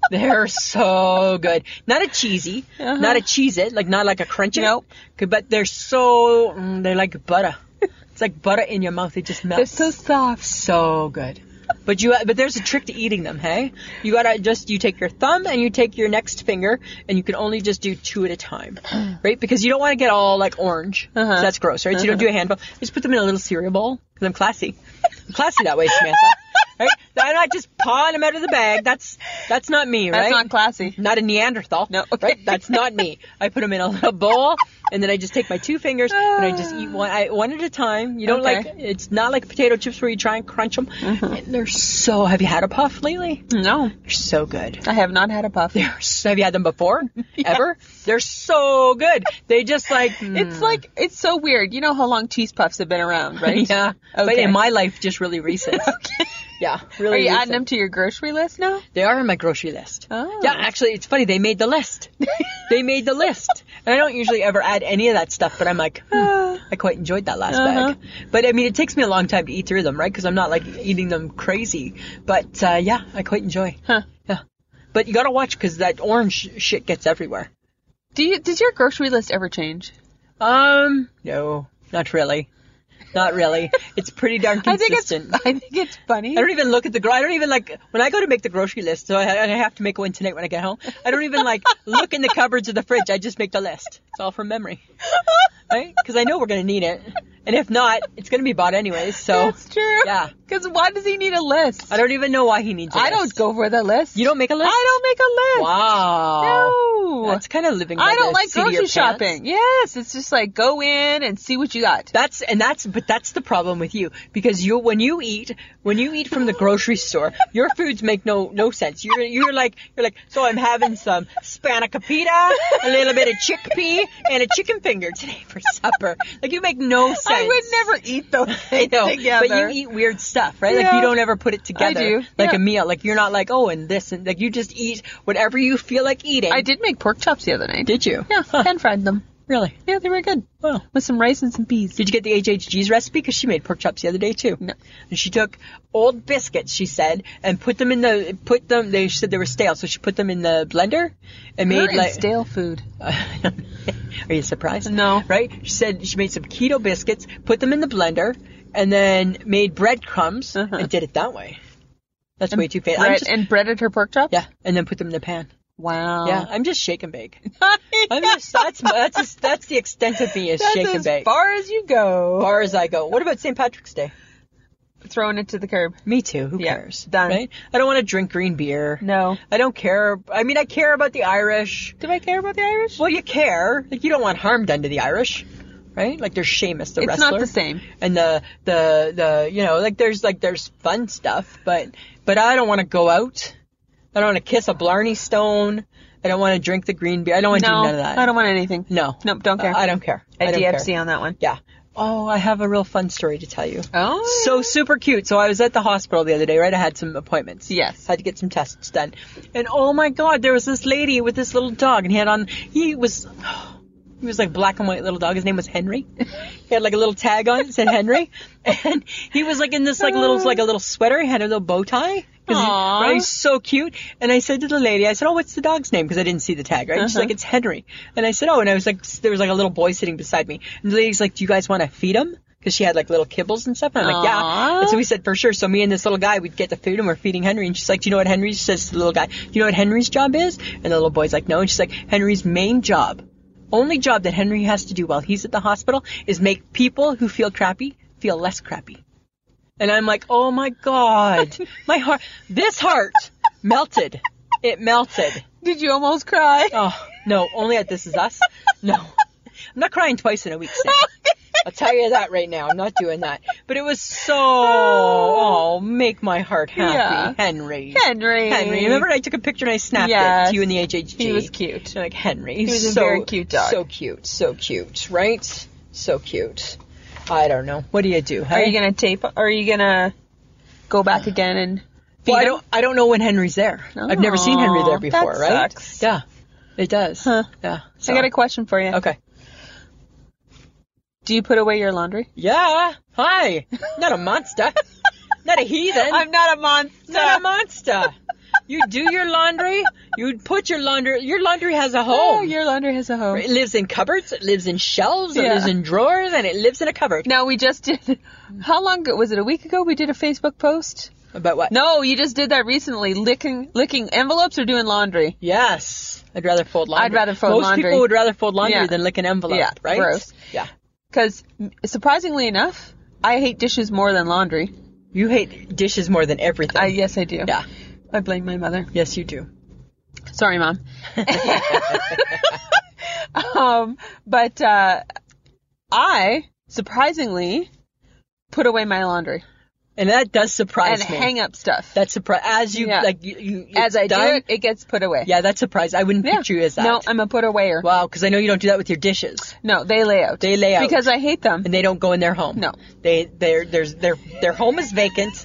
They're so good. Not a cheesy,
Uh-huh.
not a cheese it, like not like a crunchy.
Nope.
But they're so mm, they're like butter. it's like butter in your mouth. It just
They're
melts.
so soft.
so good. But you, but there's a trick to eating them, hey? You gotta just, you take your thumb and you take your next finger, and you can only just do two at a time, right? Because you don't want to get all like orange. 'cause
Uh-huh.
That's gross, right? So you don't do a handful. Just put them in a little cereal bowl. Cause I'm classy. I'm classy that way, Samantha. Right? I'm not just pawing them out of the bag. That's that's not me, right? Mm-hmm.
That's not classy.
not a Neanderthal.
No.
right? That's not me. I put them in a little bowl, and then I just take my two fingers and I just eat one I, one at a time. You don't
Okay. Mm-hmm.
like it's not like potato chips where you try and crunch them. And they're so. Have you had a puff lately?
No,
They're so good.
I have not had a puff.
They're so, have you had them before? Ever? They're so good. They just like
It's like it's so weird. You know how long cheese puffs have been around, right?
yeah. But
Okay.
in my life, just really recent. Yeah, really.
Are you
recent.
adding them to your grocery list now?
They are in my grocery list.
Oh.
Yeah, actually, it's funny. They made the list. they made the list. And I don't usually ever add any of that stuff, but I'm like, hmm, I quite enjoyed that last
Uh-huh.
bag. But I mean, it takes me a long time to eat through them, right? Because I'm not like eating them crazy. But uh, yeah, I quite enjoy.
Huh.
Yeah. But you gotta watch because that orange shit gets everywhere.
Do you? Does your grocery list ever change?
Um, no, not really. Not really. it's pretty darn
I think
consistent.
it's. I think it's funny.
I don't even look at the. gro- I don't even like when I go to make the grocery list. So I, and I have to make one tonight when I get home. I don't even like look in the cupboards or the fridge. I just make the list. It's all from memory, right? Because I know we're gonna need it, and if not, it's gonna be bought anyways. So
That's true.
Yeah.
Because why does he need a list?
I don't even know why he needs. a
I don't
list.
go for the list.
You don't make a list.
I don't make a list.
Wow.
No.
That's kind of living. By
I don't
the
like
seat of your
grocery
pants.
shopping. Yes, it's just like go in and see what you got.
That's and that's but that's the problem with you because you when you eat when you eat from the grocery store your foods make no no sense you're you're like you're like so I'm having some spanakopita a little bit of chickpea and a chicken finger today for supper like you make no sense
I would never eat those
I
things
know,
together.
but you eat weird stuff, right? Like
Yeah.
you don't ever put it together,
do,
like
yeah.
a meal. Like you're not like, oh, and this, and like you just eat whatever you feel like eating.
I did make pork chops the other night.
Did you?
Yeah,
Huh.
pan fried them.
Really?
Yeah, they were good.
Oh.
With some rice and some peas.
Did you get the HHG's recipe? Because she made pork chops the other day too.
No.
And she took old biscuits, she said, and put them in the put them. They she said they were stale, so she put them in the blender and
Her
made
and
like.
stale food.
Are you surprised?
No.
Right? She said she made some keto biscuits, put them in the blender, and then made breadcrumbs and did it that way. That's way too fancy.
Bread, Uh-huh. and breaded her pork chops?
yeah, and then put them in the pan.
Wow.
Yeah, I'm just shake and bake. I'm just that's that's just, that's the extent of me is
That's
shake
as
and bake.
far as you go.
far as I go. What about St. Patrick's Day?
Throwing it to the curb.
Me too. Who
Yeah,
cares?
done.
Right? I don't want to drink green beer.
No.
I don't care. I mean, I care about the Irish.
Do I care about the Irish?
Well, you care. Like you don't want harm done to the Irish, right? Like there's Seamus, the
it's
wrestler.
not the same.
And the the the you know like there's like there's fun stuff, but but I don't want to go out. I don't want to kiss a Blarney Stone. I don't want to drink the green beer. I don't want to do
No,
none of that.
I don't want anything.
No.
Nope, don't care.
Uh, I don't care.
At
I don't care.
DFC on that one.
Yeah. Oh, I have a real fun story to tell you.
Oh.
So super cute. So I was at the hospital the other day, right? I had some appointments.
Yes.
Had to get some tests done. And oh my God, there was this lady with this little dog and he had on, he was, he was like black and white little dog. His name was Henry. He had like a little tag on it that said Henry. And he was like in this like little, like a little sweater. He had a little bow tie. 'Cause he-
Aw.
Right? He's so cute. And I said to the lady, I said, oh, what's the dog's name? Because I didn't see the tag, right?
Uh-huh.
She's like, it's Henry. And I said, oh, and I was like, there was like a little boy sitting beside me. And the lady's like, do you guys want to feed him? Because she had like little kibbles and stuff. And I'm like, yeah.
Aw.
And so we said, for sure. So me and this little guy, we'd get the food and we're feeding Henry. And she's like, do you know what Henry's, says to the little guy, do you know what Henry's job is? And the little boy's like, no. And she's like, Henry's main job, only job that Henry has to do while he's at the hospital is make people who feel crappy feel less crappy. And I'm like, oh my God. My heart, this heart melted. It melted.
Did you almost cry?
Oh, no, only at This Is Us. No. I'm not crying twice in a week, Sam. I'll tell you that right now. I'm not doing that. But it was so, oh, make my heart happy.
Yeah.
Henry.
Henry.
Henry. Remember I took a picture and I snapped it
Yes.
to you in the HHG.
He was cute.
Like Henry.
He was a
so,
very cute dog.
So cute. So cute. Right? So cute. I don't know. What do you do?
Are
hey?
you gonna tape? Are you gonna go back again and? feed
Well, I
him?
don't. I don't know when Henry's there. I've never seen Henry there
Aw,
before,
that
right?
sucks.
Yeah, it does.
Huh.
Yeah.
I
so-
got a question for you.
Okay.
Do you put away your laundry?
Yeah. Hi. Not a monster. not a heathen.
not a monster.
not a monster. you do your laundry. You put your laundry. Your laundry has a
Oh,
home.
your laundry has a home.
it lives in cupboards. It lives in shelves. It
Yeah.
lives in drawers, and it lives in a cupboard.
Now we just did. How long ago was it? A week ago we did a Facebook post.
About what?
No, you just did that recently. Licking licking envelopes or doing laundry.
Yes. I'd rather fold laundry.
I'd rather fold
Most
laundry.
people would rather fold laundry
Yeah.
than lick an envelope,
Yeah,
right?
gross.
Yeah.
Because surprisingly enough, I hate dishes more than laundry.
You hate dishes more than everything.
I yes I do.
Yeah.
I blame my mother.
Yes, you do.
Sorry, mom. um, but uh, I surprisingly put away my laundry
And that does surprise
and
me.
hang up stuff.
That surprise as you
Yeah.
like you, you it's
As I
done,
do it, it gets put away.
Yeah, that's surprise. I wouldn't
Yeah.
picture you as that.
No, I'm a put awayer.
wow, because I know you don't do that with your dishes,
No, they lay out.
They lay out.
because I hate them.
and they don't go in their home.
No.
they their there's their their home is vacant,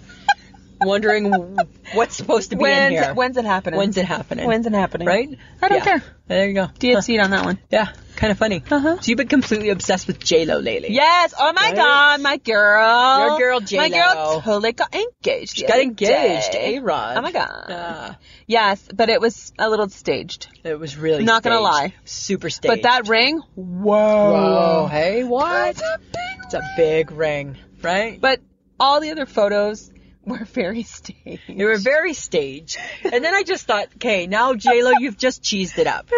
wondering what's supposed to be in
When's,
here.
when's it happening?
When's it happening?
When's it happening?
Right?
I don't
Yeah.
care.
There you go.
DFC'd on that one.
Yeah, kind of funny.
Uh-huh.
So you've been completely obsessed with J Lo lately.
Yes. Oh my
Right?
God, my girl.
Your girl,
My
J-Lo.
girl totally got engaged.
she got engaged. A Rod.
Oh my God.
Yeah.
Yes, but it was a little staged.
It was really
Not gonna
staged.
lie.
super staged.
But that ring, whoa.
Whoa! Hey, what?
That's a big
It's a big ring, right?
But all the other photos were very staged.
They were very staged. And then I just thought, okay, now JLo, you've just cheesed it up,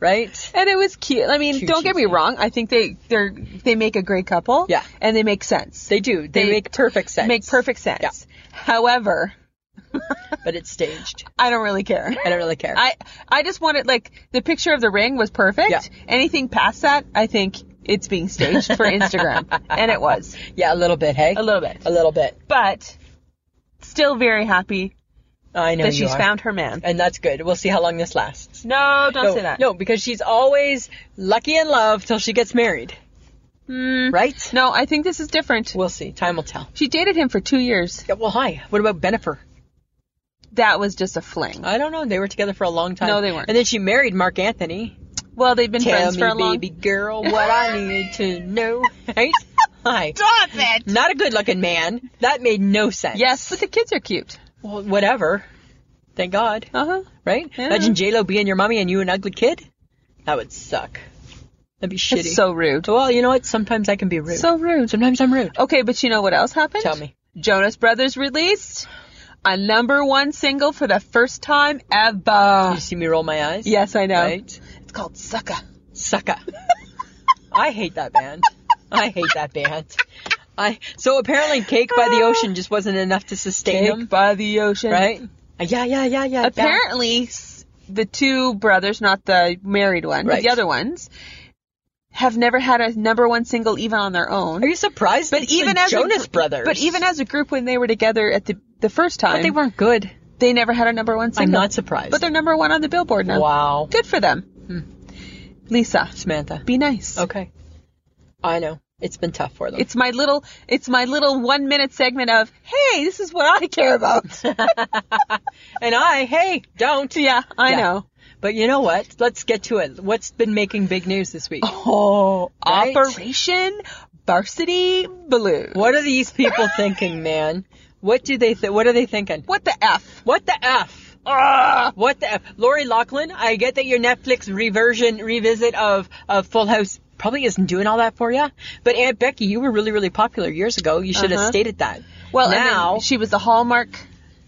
right?
And it was cute. I mean,
Cute,
don't get me
cute.
wrong. I think they they're they make a great couple.
Yeah.
And they make sense.
They do. They,
They
make perfect sense.
make perfect sense. However,
But it's staged.
I don't really care.
I don't really care.
I I just wanted like the picture of the ring was perfect.
Yeah.
Anything past that, I think it's being staged for Instagram, and it was
yeah, a little bit, hey?
a little bit.
A little bit.
But still very happy
I know
that
you
she's
are.
found her man.
And that's good. We'll see how long this lasts.
No, don't
No,
say that.
no, because she's always lucky in love till she gets married.
Hmm.
Right?
No, I think this is different.
We'll see. Time will tell.
She dated him for two years.
Yeah, well, hi. What about Benifer?
That was just a fling.
I don't know. They were together for a long time.
No, they weren't.
And then she married Mark Anthony.
Well, they've been
Tell
friends
me,
for a long.
baby girl, what I needed to know. Right? Hi.
Stop it!
Not a good looking man. That made no sense.
Yes, but the kids are cute.
Well, whatever. Thank God.
Uh huh.
Right?
Yeah.
Imagine J-Lo being your mommy and you an ugly kid. That would suck. That'd be shitty.
It's so rude.
well, you know what? Sometimes I can be rude.
So Oh. rude.
Sometimes I'm rude.
Okay, but you know what else happened?
Tell me.
Jonas Brothers released a number one single for the first time ever.
You see me roll my eyes?
Yes, I know.
Right?
It's called Sucker.
Sucker. I hate that band. I hate that band. I so apparently Cake by the Ocean just wasn't enough to sustain them,
Cake by the ocean.
right? Yeah, yeah, yeah, yeah. bad.
Apparently, s- the two brothers, not the married one, but
Right.
the other ones, have never had a number one single even on their own.
Are you surprised?
but
It's
even
the
as a
Jonas
gr-
Brothers,
but even as a group when they were together at the the first time,
but they weren't good.
They never had a number one single.
not surprised.
But they're number one on the Billboard now.
Wow. Hmm.
Good for them. Lisa,
Samantha.
be nice.
Okay. I know. It's been tough for them.
It's my little it's my little one minute segment of hey, this is what I care about.
and I, hey, don't.
yeah, I
Yeah.
know.
But you know what? Let's get to it. What's been making big news this week?
Oh,
Right?
Operation Varsity Blue.
What are these people thinking, man? What do they th- what are they thinking?
What the f?
What the Ah! f?
Ugh.
What the f? Lori Lachlan, I get that your Netflix reversion revisit of of Full House probably isn't doing all that for you. But Aunt Becky, you were really really popular years ago. You should have stated that.
Well, and then
now,
she was a Hallmark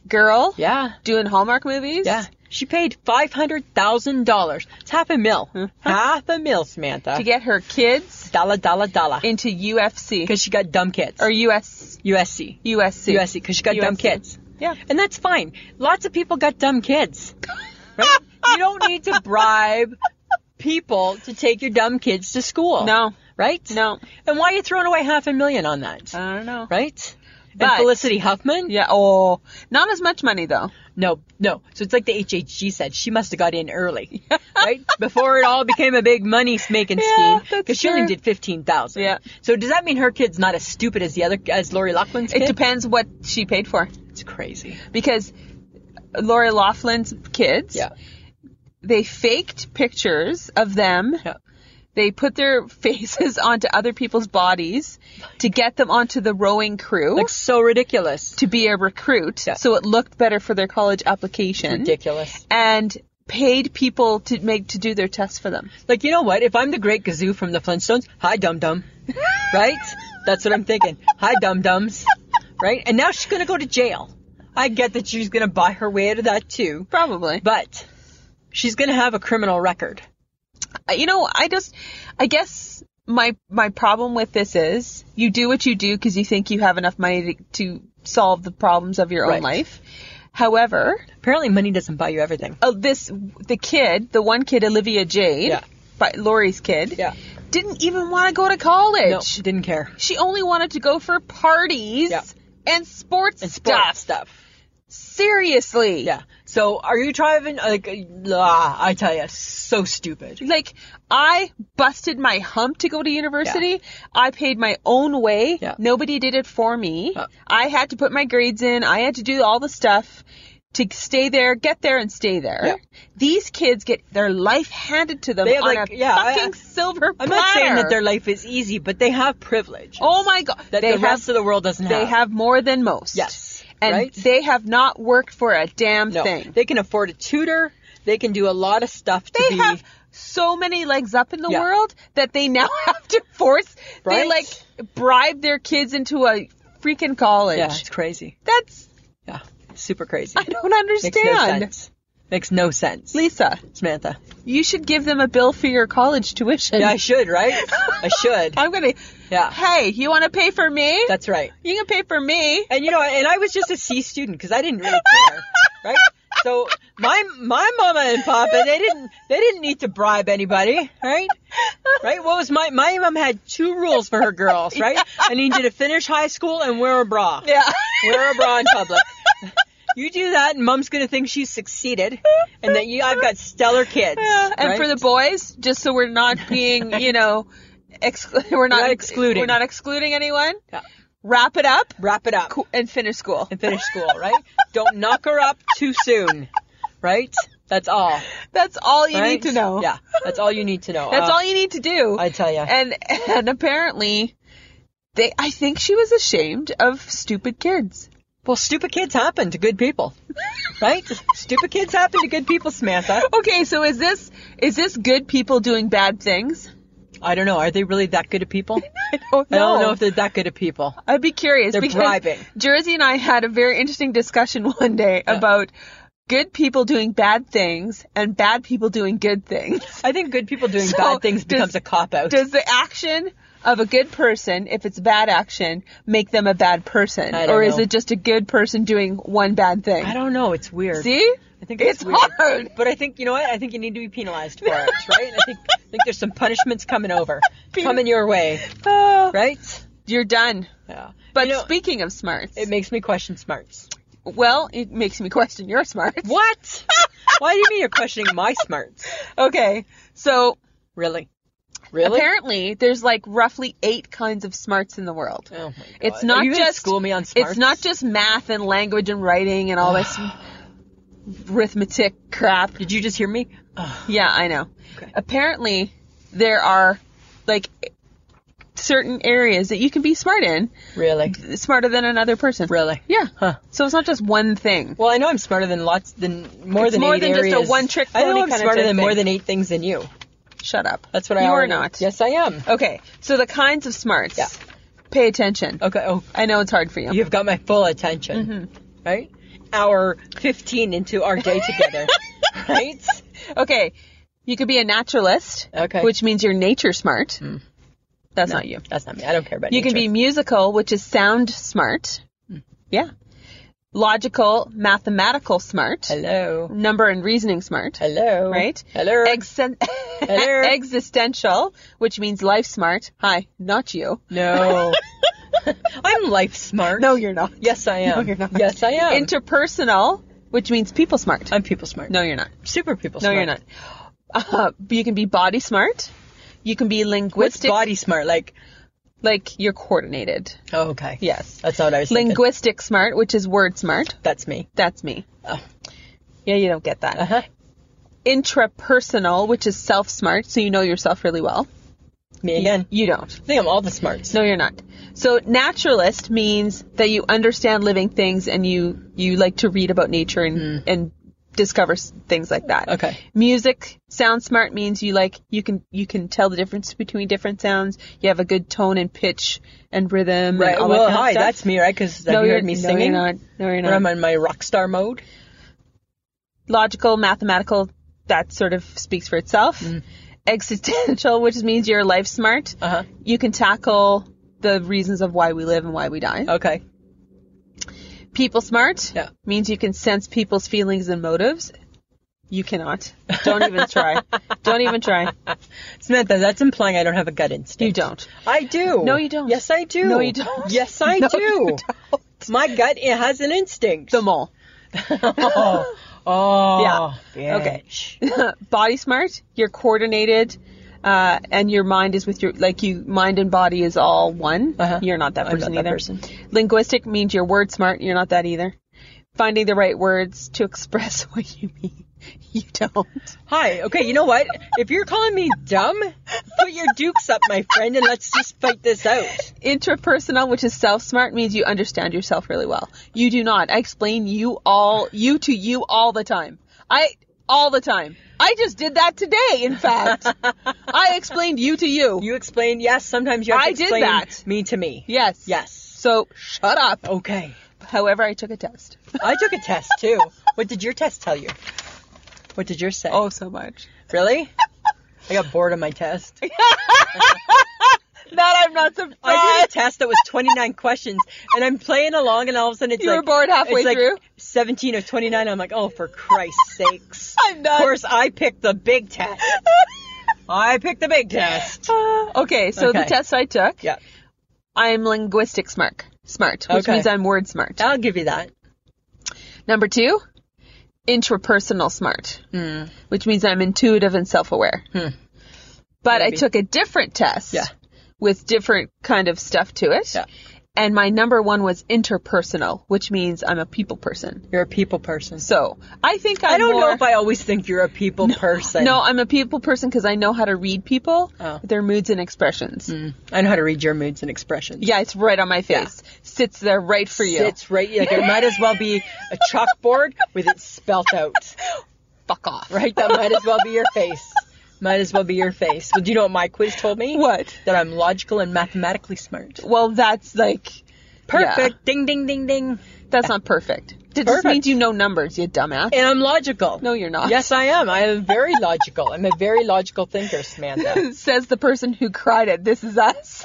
girl.
yeah,
Doing Hallmark movies.
yeah. She paid five hundred thousand dollars. It's half a mil. Half a mil, Samantha.
To get her kids
dollar, dollar, dollar.
into UFC
Because she got dumb kids.
or US
USC.
USC.
USC because she got dumb
USC.
kids.
Yeah.
And that's fine. Lots of people got dumb kids. Right? you don't need to bribe people to take your dumb kids to school.
No.
Right?
No.
And why are you throwing away half a million on that?
I don't know.
right?
But-
and Felicity Huffman?
Yeah. Oh, not as much money though.
No, no. So it's like the HHG said. She must have got in early, right? Before it all became a big money making
Yeah,
scheme.
that's
Because she only
true.
did 15000
Yeah.
So does that mean her kid's not as stupid as the other, as Lori Lachlan's kid?
It depends what she paid for.
It's crazy.
because Lori Laughlin's kids,
Yeah.
they faked pictures of them.
Yeah.
They put their faces onto other people's bodies to get them onto the rowing crew
Like so ridiculous.
to be a recruit,
Yeah.
so it looked better for their college application.
Ridiculous.
And paid people to make to do their tests for them.
Like you know what? If I'm the Great Gazoo from the Flintstones, hi Dum Dum, right? That's what I'm thinking. Hi Dum Dums, right? And now she's gonna go to jail. I get that she's gonna buy her way out of that too,
Probably.
but she's gonna have a criminal record.
you know, I just, I guess my my problem with this is you do what you do because you think you have enough money to, to solve the problems of your
Right.
own life. However,
Apparently, money doesn't buy you everything.
uh, this the kid, the one kid, Olivia Jade,
Yeah.
by Lori's kid,
Yeah.
didn't even want to go to
No,
college.
didn't care.
She only wanted to go for parties
Yeah.
and sports
And
stuff.
sports stuff.
Seriously,
Yeah. So are you driving? Like, ah, I tell you, so stupid.
Like I busted my hump to go to university. I paid my own way.
Yeah. Uh.
Nobody did it for me.
Yeah.
I had to put my grades in. I had to do all the stuff to stay there, get there, and stay there.
Yeah.
These kids get their life handed to them
They
on
have, like,
a
yeah, I-
fucking silver
I'm
platter.
not saying that their life is easy, but they have privilege.
Oh my god!
that
they
the rest
have
of the world doesn't
they have more than most.
Yes.
and
Right?
they have not worked for a damn
no.
thing.
They can afford a tutor. They can do a lot of stuff to
they
be
have so many legs up in the
Yeah.
world that they now have to force they
Right?
like bribe their kids into a freaking college.
Yeah, it's crazy.
That's
Yeah, super crazy.
I don't
Makes no
understand.
sense. Makes no sense.
Lisa,
Samantha.
you should give them a bill for your college tuition.
Yeah, I should, right? I should.
I'm gonna
Yeah.
Hey, you wanna pay for me?
That's right.
you can pay for me.
And you know, and I was just a C student because I didn't really care, right? So my my mama and papa they didn't they didn't need to bribe anybody, right? Right? What was my my mom had two rules for her girls, right? I need you to finish high school and wear a bra.
Yeah.
Wear a bra in public. You do that, and mom's gonna think she's succeeded, and that you I've got stellar kids.
And
right?
for the boys, just so we're not being, you know, ex- we're not,
not excluding.
We're not excluding anyone.
Yeah.
Wrap it up
wrap it up
and finish school.
and finish school, right? Don't knock her up too soon, right? That's all.
That's all you
right?
need to know.
Yeah, that's all you need to know.
That's
Uh,
all you need to do.
I tell ya.
And and apparently, they. I think she was ashamed of stupid kids.
Well, stupid kids happen to good people, right? stupid kids happen to good people, Samantha.
Okay, so is this is this good people doing bad things?
I don't know. Are they really that good at people?
I don't
I don't know if they're that good at people.
Oh, I'd be curious.
They're
because
bribing.
Jersey and I had a very interesting discussion one day about good people doing bad things and bad people doing good things.
I think good people doing
So,
bad things
does-
becomes a cop out.
Does the action of a good person, if it's bad action, make them a bad person,
I don't
or is
know.
it just a good person doing one bad thing?
I don't know. It's weird.
See?
I think
it's
it's weird.
hard.
But I think you know what? I think you need to be penalized for it, right? I think I think there's some punishments coming over, coming your way,
Oh,
right?
You're done.
Yeah.
But
You know,
speaking of smarts,
it makes me question smarts.
Well, it makes me question your smarts.
What? Why do you mean you're questioning my smarts?
Okay, so
Really? Really?
apparently there's like roughly eight kinds of smarts in the world.
Oh my God.
It's
Are
not
you gonna
just
school me on smarts.
It's not just math and language and writing and all this arithmetic crap.
Did you just hear me?
Yeah, I know.
Okay.
Apparently, there are like certain areas that you can be smart in,
Really?
smarter than another person.
Really?
Yeah.
Huh.
So it's not just one thing.
Well, I know I'm smarter than lots than more
It's
than
more
eight
than just a
areas.
one-trick
I know
pony
I'm
kinda
smarter
type
than more
thing.
than eight things than you.
Shut up.
That's what I.
You are
already-
not.
Yes, I am.
Okay. So the kinds of smarts.
Yeah.
Pay attention.
Okay. Oh,
I know it's hard for you.
you've got my full attention.
Mm-hmm.
Right? Hour fifteen into our day together. right?
Okay. You could be a naturalist.
Okay.
Which means you're nature smart. That's not you.
That's not me. I don't care about
You can be
nature. Hmm.
musical, which is sound smart. Yeah. Logical, mathematical smart.
Hello.
Number and reasoning smart.
Hello.
Right?
Hello.
Exen-
Hello.
existential, which means life smart. Hi, not you.
No. I'm life smart.
No, you're not.
Yes, I am.
No, you're not.
Yes, I am.
Interpersonal, which means people smart.
I'm people smart.
no, you're not.
super people
No,
smart.
you're not. Uh, you can be body smart. You can be
What's
linguistic,
body smart? Like,
like you're coordinated.
oh, okay.
Yes.
That's not what I was thinking.
Linguistic smart, which is word smart.
That's me.
That's me.
Oh.
Yeah, you don't get that.
Uh-huh.
Intrapersonal, which is self smart, so you know yourself really well.
Me again.
You don't.
I think I'm all the smarts.
No, you're not. So naturalist means that you understand living things and you you like to read about nature and and discover s- things like that.
Hmm. Okay.
Music sound smart means you like you can you can tell the difference between different sounds. You have a good tone and pitch and rhythm.
Right.
And all
Well,
that kind
hi,
of stuff.
that's me, right? Because
no,
you
you're
heard me
no,
singing.
You're not. No, you're
When I'm
not.
in my rock star mode.
Logical, mathematical. That sort of speaks for itself.
Hmm.
Existential, which means you're life smart.
Uh huh.
You can tackle the reasons of why we live and why we die.
Okay.
People smart
Yeah.
means you can sense people's feelings and motives. You cannot. Don't even try. Don't even try.
Samantha, that's implying I don't have a gut instinct.
You don't.
I do.
No, you don't.
Yes, I do.
No, you don't.
Yes, I
No,
do.
you
My gut it has an instinct.
The mole.
oh. Oh.
Yeah. Okay.
bitch.
Body smart, you're coordinated, uh, and your mind is with your like you mind and body is all one.
Uh-huh.
You're not that
I'm not
person
that
either.
person.
Linguistic means you're word smart. You're not that either. Finding the right words to express what you mean. You don't.
Hi. Okay, you know what? If you're calling me dumb, put your dukes up, my friend, and let's just fight this out.
Intrapersonal, which is self smart, means you understand yourself really well. You do not. I explain you all, you to you all the time. I, all the time. I just did that today, in fact. I explained you to you.
You explain, yes, sometimes you have to
I did
explain
that.
me to me.
Yes.
Yes.
So shut up.
Okay.
However, I took a test.
I took a test too. What did your test tell you? What did yours say?
Oh, so much.
really? I got bored of my test.
That I'm not surprised.
I did a test that was 29 questions, and I'm playing along, and all of a sudden it's
You
like
were bored halfway
it's like
through?
17 or 29. I'm like, oh, for Christ's sakes!
I'm
Of
done.
course, I picked the big test. I picked the big test.
Uh, okay, so the
Okay.
test I took,
Yeah,
I'm linguistic smart, smart, which
Okay.
means I'm word smart.
I'll give you that.
Number two, intrapersonal smart,
Hmm.
which means I'm intuitive and self-aware. But I
Maybe.
took a different test
Yeah.
with different kind of stuff to it.
Yeah.
And my number one was interpersonal, which means I'm a people person.
You're a people person.
So I think I'm
I don't know
more-
if I always think you're a people person.
No, I'm a people person because I know how to read people,
Oh. Hmm.
their moods and expressions.
I know how to read your moods and expressions.
Yeah, it's right on my face. Sits there right for you.
It's right. Like it might as well be a chalkboard with it spelt out.
fuck off.
Right? That might as well be your face. Might as well be your face. Well, do you know what my quiz told me?
What?
That I'm logical and mathematically smart.
Well, that's like
Perfect. Ding, ding, ding, ding.
That's not perfect. It just
Perfect.
means you know numbers, you dumbass.
And I'm logical.
No, you're not.
Yes, I am. I am very logical. I'm a very logical thinker, Samantha.
Says the person who cried at This Is Us.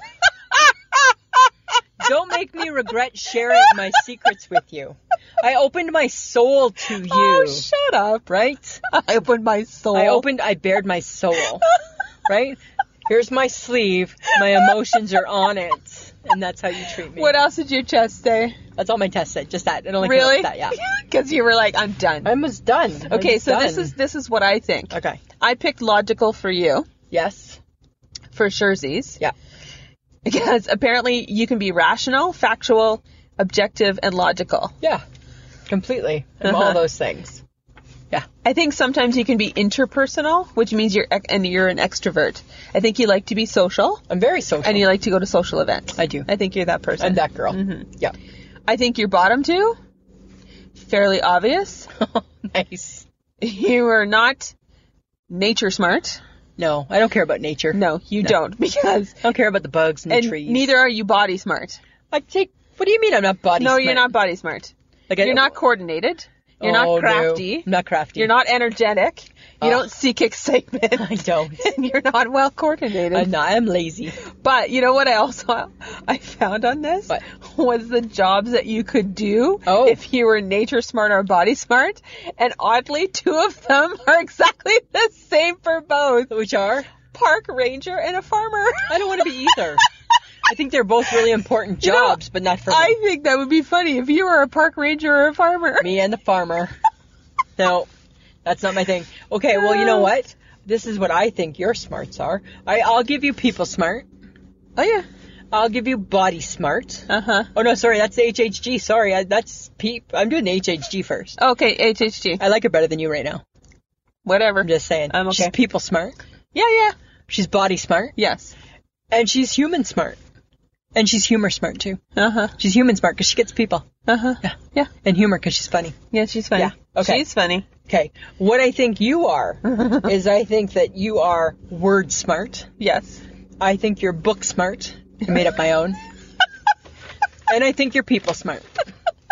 Don't make me regret sharing my secrets with you. I opened my soul to you.
Oh, shut up.
right?
I opened my soul.
I opened, I bared my soul, right? Here's my sleeve. My emotions are on it. and that's how you treat me.
What else did your test say?
That's all my test said. Just that. It only came up
really?
with that. Yeah.
Because you were like, I'm done.
I was done. I
okay,
was
so this
done.
is this is what I think.
okay.
I picked logical for you
Yes.
for Scherzies
Yeah.
because apparently you can be rational, factual, objective, and logical.
Yeah. Completely. I'm
Uh-huh.
all those things. Yeah.
I think sometimes you can be interpersonal, which means you're ex- and you're an extrovert. I think you like to be social
I'm very social.
and you like to go to social events.
I do.
I think you're that person.
I'm that girl.
Mm-hmm.
Yeah.
I think you're bottom two. Fairly obvious.
nice.
you are not nature smart.
No, I don't care about nature.
No, you don't because
I don't care about the bugs and,
and
the trees.
neither are you body smart.
I take. What do you mean I'm not body?
no,
smart?
you're not body smart.
Like I-
You're not coordinated. You're
Oh,
not
no.
crafty.
I'm not crafty.
You're not energetic. You
Oh.
don't seek excitement.
I don't.
and you're not well coordinated.
I'm not. I'm lazy.
But you know what I also I found on this
What?
was the jobs that you could do
Oh.
if you were nature smart or body smart, and oddly two of them are exactly the same for both:
Which are?
park ranger and a farmer.
I don't want to be either. I think they're both really important
know,
jobs, but not for
I
me.
think that would be funny if you were a park ranger or a farmer.
me and the farmer. No, that's not my thing. Okay, well you know what? This is what I think your smarts are. I, I'll give you people smart.
Oh yeah.
I'll give you body smart.
Uh huh.
Oh no, sorry, that's HHG. Sorry, I, that's peep. I'm doing HHG first.
Okay, HHG.
I like her better than you right now.
Whatever.
I'm just saying.
I'm okay.
She's people smart.
yeah, yeah.
She's body smart.
Yes.
And she's human smart. And she's humor smart too.
Uh huh.
She's human smart because she gets people.
Uh huh. Yeah.
And humor because she's funny.
Yeah, she's funny.
Yeah, okay.
She's funny.
Okay. What I think you are is I think that you are word smart.
Yes.
I think you're book smart. I made up my own. and I think you're people smart.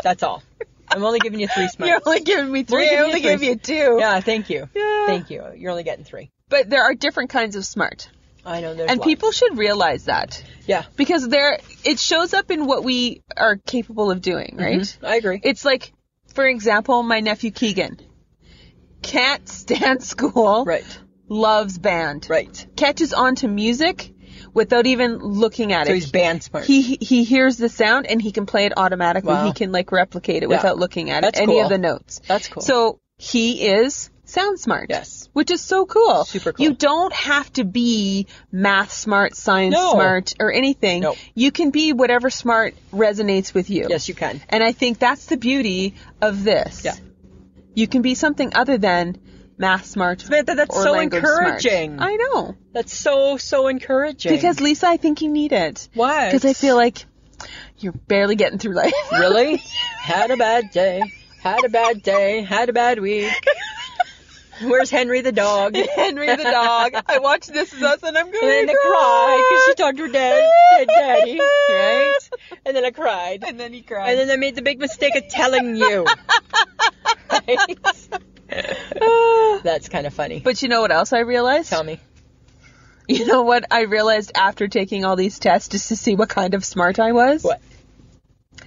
That's all. I'm only giving you three smarts.
You're only giving me
We're
three. I
giving
only
you
gave
three.
you two.
yeah, thank you.
Yeah.
Thank you. You're only getting three.
But there are different kinds of smart.
I know there's
and
lots.
people should realize that
Yeah.
because there it shows up in what we are capable of doing, right?
I agree.
It's like for example, my nephew Keegan can't stand school,
right.
loves band.
Right.
Catches on to music without even looking at
So
it.
he's band smart.
he he hears the sound and he can play it automatically.
Wow.
He can like replicate it
Yeah.
without looking at
That's
it, any
cool.
of the notes.
That's cool.
So he is sound smart.
Yes.
Which is so cool.
Super cool.
You don't have to be math smart, science
No.
smart, or anything.
No.
You can be whatever smart resonates with you.
yes, you can.
And I think that's the beauty of this.
Yeah.
You can be something other than math smart.
But that- that's
or
so
language smart.
encouraging.
I know.
That's so so encouraging.
Because Lisa, I think you need it.
Why?
Because I feel like you're barely getting through life.
really had a bad day. Had a bad day. Had a bad week. Where's Henry the dog?
Henry the dog. I watched This Is Us and I'm going
And then I
to
cried because
cry.
she talked to her dad, dead daddy, right? And then I cried.
And then he cried.
And then I made the big mistake of telling you. Right? That's kind of funny.
but you know what else I realized?
tell me.
You know what I realized after taking all these tests just to see what kind of smart I was?
What?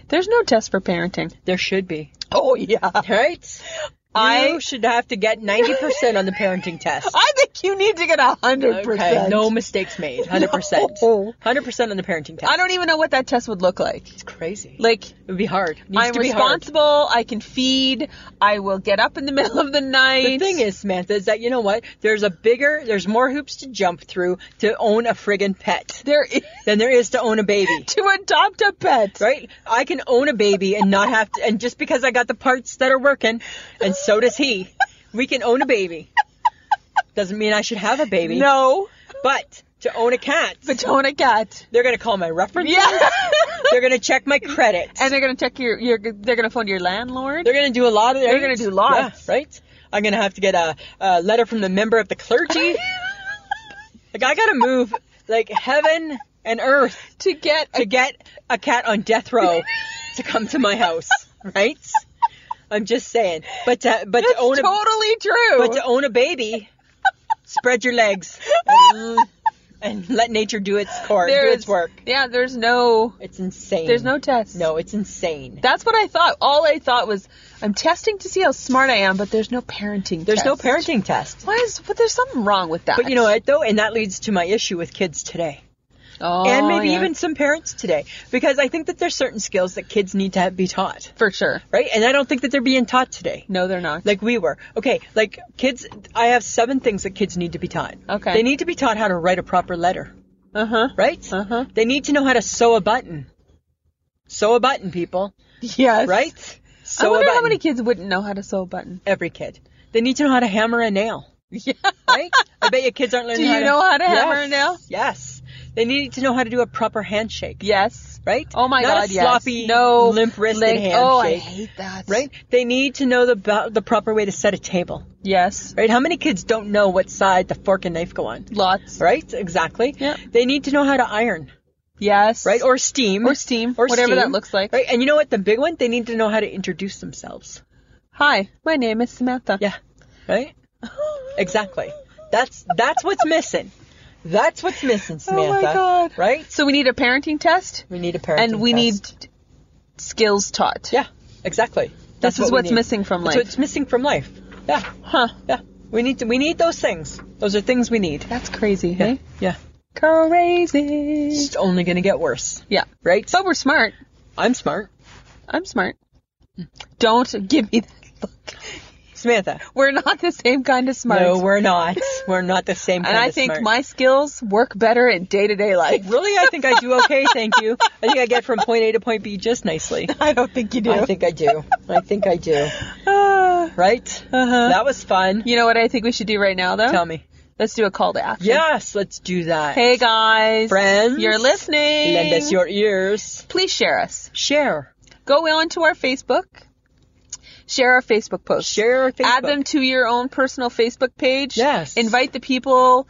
There's no test for parenting.
There should be.
Oh, yeah.
Right?
I-
I should have to get 90% on the parenting test.
I think you need to get a 100%.
Okay, no mistakes made. 100%.
No.
100% on the parenting test.
I don't even know what that test would look like.
It's crazy.
Like,
it would be hard. It needs
I'm
to be hard.
responsible. I can feed. I will get up in the middle of the night.
The thing is, Samantha, is that you know what? There's a bigger, there's more hoops to jump through to own a friggin' pet
there is
than there is to own a baby.
to adopt a pet.
Right? I can own a baby and not have to, and just because I got the parts that are working, and so does he, we can own a baby. Doesn't mean I should have a baby.
No,
But to own a cat,
Batona cat.
they're gonna call my references.
Yeah,
They're gonna check my credit.
and they're gonna check your. your they're gonna phone your landlord.
They're gonna do a lot of.
They're gonna do lots.
Yeah, right? I'm gonna have to get a, a letter from the member of the clergy. like I gotta move like heaven and earth
to get
to get a cat on death row to come to my house, right? I'm just saying. But to, but to
That's
own a
totally true.
but to own a baby, spread your legs and, and let nature do its course,
There
do its
is-
work.
Yeah, there's no.
It's insane.
There's no test.
no. It's insane.
That's what I thought. All I thought was, I'm testing to see how smart I am, but there's no parenting.
There's no
test.
parenting test.
Why is? But there's something wrong with that.
But you know what though, and that leads to my issue with kids today.
Oh,
and maybe
yeah.
even some parents today because I think that there's certain skills that kids need to be taught,
For sure.
right? And I don't think that they're being taught today.
No, they're not.
Like we were. Okay, like kids, I have seven things that kids need to be taught.
Okay.
They need to be taught how to write a proper letter.
uh huh.
Right? Uh-huh. They need to know how to sew a button. Sew a button, people.
Yes.
Right? Sew
I
a
wonder
button.
how many kids wouldn't know how to sew a button.
Every kid. They need to know how to hammer a nail.
Yeah.
Right? I bet your kids aren't learning
Do
how
you
to...
know how to hammer a
Yes.
nail?
Yes. They need to know how to do a proper handshake.
Yes.
Right?
Oh my
Not
god.
a sloppy,
yes. No.
limp-wristed
leg- Oh, I
handshake.
hate that.
Right? They need to know the, bo- the proper way to set a table.
Yes.
Right? How many kids don't know what side the fork and knife go on?
Lots.
Right? Exactly.
Yeah.
They need to know how to iron,
Yes.
right? Or steam.
Or steam, whatever that looks like.
Right? And you know what? The big one, they need to know how to introduce themselves.
Hi, my name is Samantha.
Yeah. Right? exactly. That's that's what's missing. That's what's missing, Samantha.
Oh God.
Right?
So we need a parenting test,
We need a parent.
and we need skills taught.
Yeah, exactly. That's
is
what we
what's
need.
missing from
That's
life.
what's missing from life. Yeah.
Huh.
Yeah. We need to, we need those things. Those are things we need.
That's crazy, hey?
Yeah.
Crazy.
It's only gonna get worse.
Yeah.
Right?
But we're smart.
I'm smart.
I'm smart. Don't give me that look.
Samantha.
We're not the same kind of smart.
No, we're not. We're not the same.
and
kind
I
of
think
smart.
my skills work better in day to day life.
really, I think I do okay. Thank you. I think I get from point A to point B just nicely.
I don't think you do.
I think I do. I think I do.
Ah.
Right? Uh-huh. That was fun.
you know what I think we should do right now, though?
Tell me.
Let's do a call to action.
Yes, let's do that.
Hey, guys.
Friends.
You're listening.
lend us your ears.
Please share us.
Share.
go on to our Facebook. Share our Facebook post.
Share our Facebook.
Add them to your own personal Facebook page.
Yes.
Invite the people.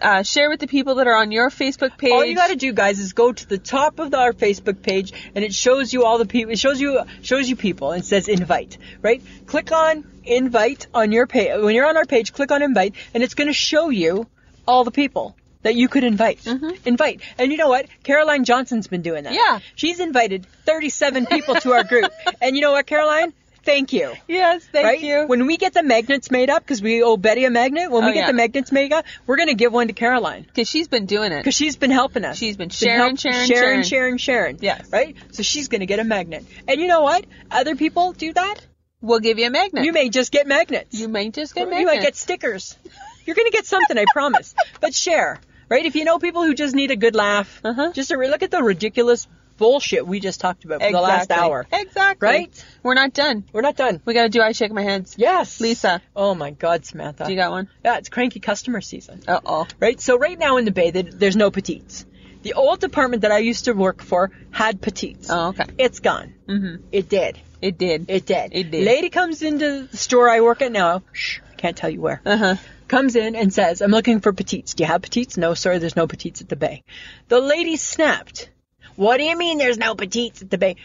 Uh, share with the people that are on your Facebook page.
All you got to do, guys, is go to the top of our Facebook page, and it shows you all the people. It shows you shows you people, and says invite. Right? Click on invite on your page. When you're on our page, click on invite, and it's going to show you all the people that you could invite. Invite. And you know what? Caroline Johnson's been doing that.
Mm-hmm. Yeah.
She's invited 37 people to our group. And you know what, Caroline? Thank you
Yes, thank
right?
you.
When we get the magnets made up, because we owe Betty a magnet, when we
Oh,
get
yeah.
the magnets made up, we're going to give one to Caroline.
Because she's been doing it.
Because she's been helping us.
She's been sharing, sharing, sharing.
sharing, sharing, sharing.
Yes.
Right? So she's going to get a magnet. And you know what? Other people do that.
We'll give you a magnet.
You may just get magnets.
You may just get
You
magnets.
might get stickers. You're going to get something, I promise. But share, right? If you know people who just need a good laugh,
Uh-huh.
just a re- look at the ridiculous bullshit we just talked about for
exactly.
the last hour.
Exactly.
Right?
We're not done.
We're not done.
We got to do I shake my hands.
Yes.
Lisa.
Oh my God, Samantha.
Do you got one?
Yeah, it's cranky customer season.
Uh oh.
right? So right now in the Bay, there- there's no petites. The old department that I used to work for had petites.
Oh, okay.
It's gone. Mm-hmm. It did.
It did.
It did.
It did.
Lady comes into the store I work at now. Shh, I can't tell you where. Uh
Uh-huh.
huh. Comes in and says, "I'm looking for petites. Do you have petites? No, sir. There's no petites at the Bay." The lady snapped. What do you mean there's no petites at the Bay?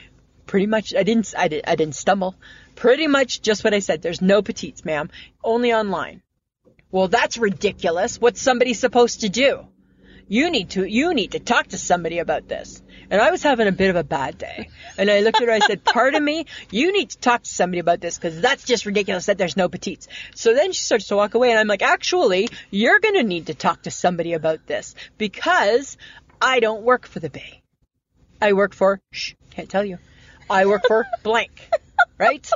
Pretty much, I didn't. I, did, I didn't stumble. Pretty much just what I said. There's no petites, ma'am. Only online. Well, that's ridiculous. What's somebody supposed to do? You need to you need to talk to somebody about this. And I was having a bit of a bad day. And I looked at her, I said, Pardon me, you need to talk to somebody about this because that's just ridiculous that there's no petites. So then she starts to walk away and I'm like, actually, you're gonna need to talk to somebody about this because I don't work for the Bay. I work for shh, can't tell you. I work for blank. Right?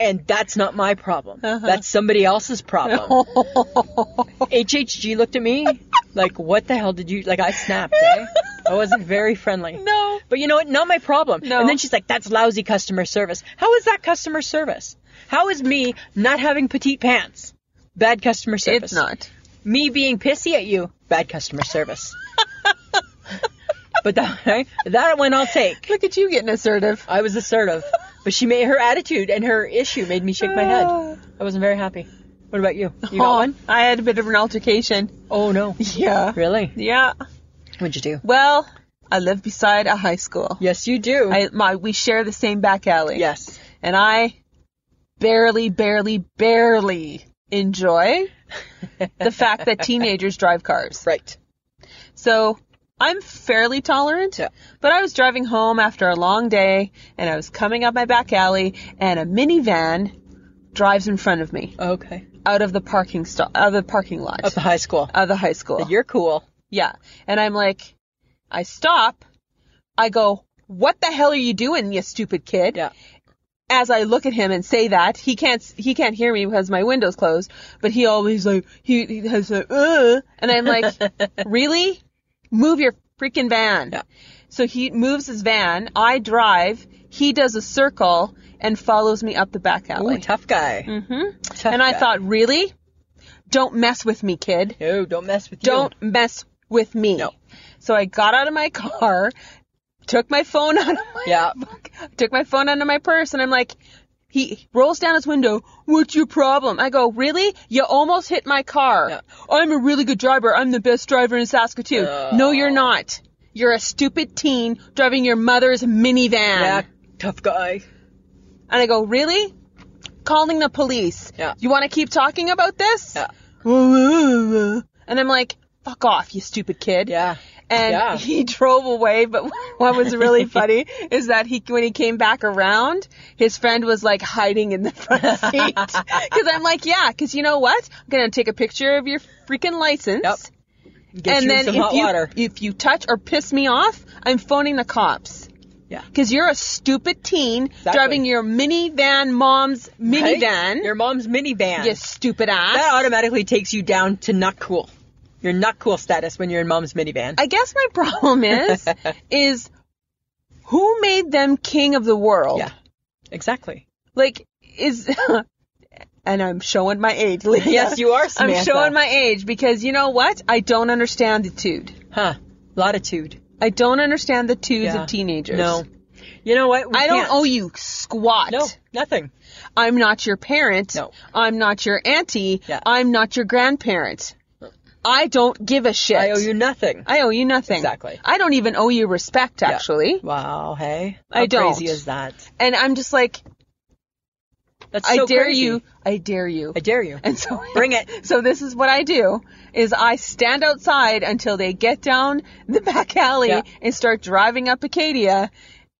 And that's not my problem.
Uh-huh.
That's somebody else's problem. HHG looked at me like, what the hell did you? Like, I snapped, eh? I wasn't very friendly.
No.
But you know what? Not my problem.
No.
And then she's like, that's lousy customer service. How is that customer service? How is me not having petite pants? Bad customer
It's
service.
not.
Me being pissy at you. Bad customer service. but that, right? that one I'll take.
Look at you getting assertive.
I was assertive. But she made her attitude and her issue made me shake my head. I wasn't very happy. What about you? You got
Oh,
one?
I had a bit of an altercation.
Oh no.
Yeah.
Really?
Yeah.
What'd you do?
Well, I live beside a high school.
Yes, you do.
I, my, we share the same back alley.
yes.
And I barely, barely, barely enjoy the fact that teenagers drive cars.
Right.
So I'm fairly tolerant,
Yeah.
but I was driving home after a long day and I was coming up my back alley and a minivan drives in front of me
Okay.
out of the parking sto- out of the parking lot
Up the high school.
of the high school.
You're cool.
Yeah. And I'm like, I stop. I go, "What the hell are you doing, you stupid kid?"
Yeah.
As I look at him and say that, he can't s- he can't hear me because my window's closed. But he always like he, he has a uh, and I'm like, "Really? Move your freaking van."
Yeah.
So he moves his van. I drive. He does a circle and follows me up the back alley.
Ooh, Oh, tough guy. Mm-hmm. Tough
and I
guy.
thought, really? Don't mess with me, kid.
no, don't mess with
Don't
you.
mess with me.
No.
So I got out of my car, took my phone out of my
Yeah.
took my phone out of my purse, and I'm like, he rolls down his window. What's your problem? I go, really? You almost hit my car.
Yeah.
I'm a really good driver. I'm the best driver in Saskatoon. No, you're not. You're a stupid teen driving your mother's minivan.
Yeah, tough guy.
And I go, really? Calling the police.
Yeah.
You want to keep talking about this?
Yeah.
And I'm like, fuck off, you stupid kid.
Yeah.
And
Yeah.
he drove away. But what was really funny is that he, when he came back around, his friend was like hiding in the front seat. Because I'm like, yeah, because you know what? I'm gonna take a picture of your freaking license.
Yep. Get
and
you
then
some
if
hot
you
water.
if you touch or piss me off, I'm phoning the cops.
Yeah.
Because you're a stupid teen
Exactly.
driving your minivan mom's
Right?
minivan.
Your mom's minivan.
you stupid ass.
That automatically takes you down to not cool. Your not cool status when you're in mom's minivan.
I guess my problem is, is who made them king of the world?
yeah. Exactly.
Like, is, and I'm showing my age. Leah.
Yes, you are,
I'm
Samantha.
showing my age because you know what? I don't understand the tude.
Huh. Latitude.
I don't understand the tudes
Yeah.
of teenagers.
No. You know what? We
I don't
can't.
owe you squat.
No, nothing.
I'm not your parent.
No.
I'm not your auntie.
Yeah.
I'm not your grandparent. I don't give a shit.
I owe you nothing.
I owe you nothing.
Exactly.
I don't even owe you respect, actually.
Wow, hey.
I
How
don't.
crazy is that?
And I'm just like,
That's
I
so
dare
crazy.
you. I dare you.
I dare you.
and so
Bring it.
So this is what I do: is I stand outside until they get down the back alley
Yeah.
and start driving up Acadia,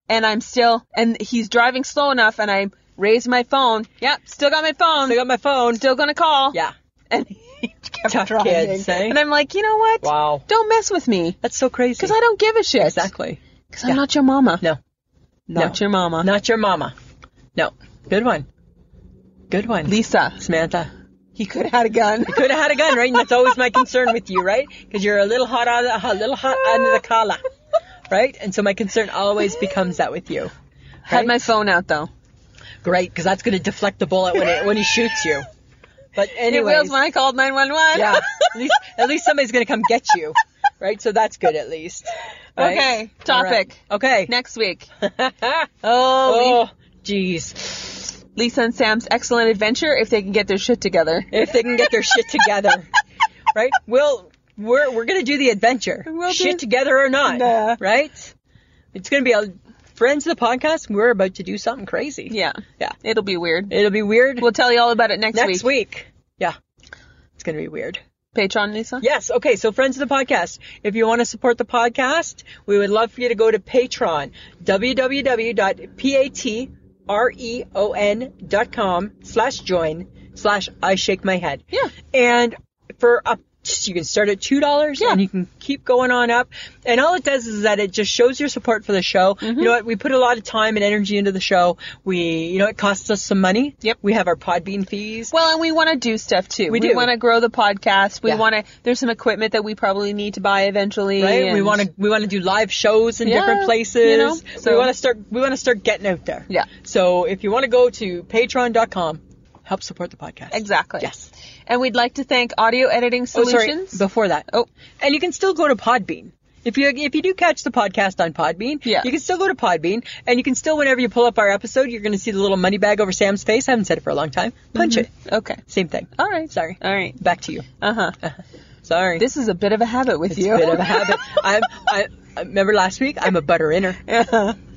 and I'm still. And he's driving slow enough, and I raise my phone. Yep, still got my phone.
I got my phone.
still gonna call.
Yeah.
and he kept
Tough
driving.
kids, eh?
And I'm like, you know what?
Wow.
Don't mess with me.
That's so crazy.
Because I don't give a shit.
Exactly.
Because I'm not your mama.
No.
Not
No.
your mama.
Not your mama. No. Good one. Good one.
Lisa.
Samantha.
He could have had a gun.
Could have had a gun, right? And that's always my concern with you, right? Because you're a little hot on the, a little hot under the collar, right? And so my concern always becomes that with you.
Had my phone out though.
Great, because that's going to deflect the bullet when it when he shoots you. But
It
anyways,
was when I called 911.
yeah. At least at least somebody's going to come get you, right? So that's good at least. right?
Okay,
All right.
topic.
Okay.
Next week.
Oh, jeez.
Lisa and Sam's excellent adventure if they can get their shit together.
If they can get their shit together, right? We'll we're we're going to do the adventure.
We'll do-
shit together or not,
Nah.
right? It's going to be a friends of the podcast. We're about to do something crazy.
Yeah.
Yeah.
It'll be weird.
It'll be weird.
We'll tell you all about it next,
next week. Yeah. It's going to be weird.
Patreon, Lisa?
Yes. Okay. So, friends of the podcast, if you want to support the podcast, we would love for you to go to Patreon, www.patreon.com slash join slash I shake my head.
Yeah.
And for up, you can start at two dollars,
Yeah.
and you can keep going on up. And all it does is that it just shows your support for the show.
Mm-hmm.
You know what? We put a lot of time and energy into the show. We, you know, it costs us some money.
Yep.
We have our Podbean fees.
Well, and we want to do stuff too.
We do.
want to grow the podcast. We
Yeah.
want to. There's some equipment that we probably need to buy eventually.
right? we
and-
want to we want to do live shows in
Yeah,
different places.
you know, so-
we want to start we want to start getting out there.
Yeah.
So if you want to go to patreon.com, help support the podcast.
Exactly.
Yes.
And we'd like to thank Audio Editing
Oh, sorry.
Solutions.
Before that.
Oh.
and you can still go to Podbean. If you if you do catch the podcast on Podbean,
Yeah.
you can still go to Podbean, and you can still whenever you pull up our episode, you're going to see the little money bag over Sam's face. I haven't said it for a long time. Punch it.
okay.
Same thing.
All right.
Sorry.
All right.
Back to you.
Uh huh.
Sorry.
This is a bit of a habit with
is
you.
a bit of a habit. I'm I I remember last week. I'm a butter inner.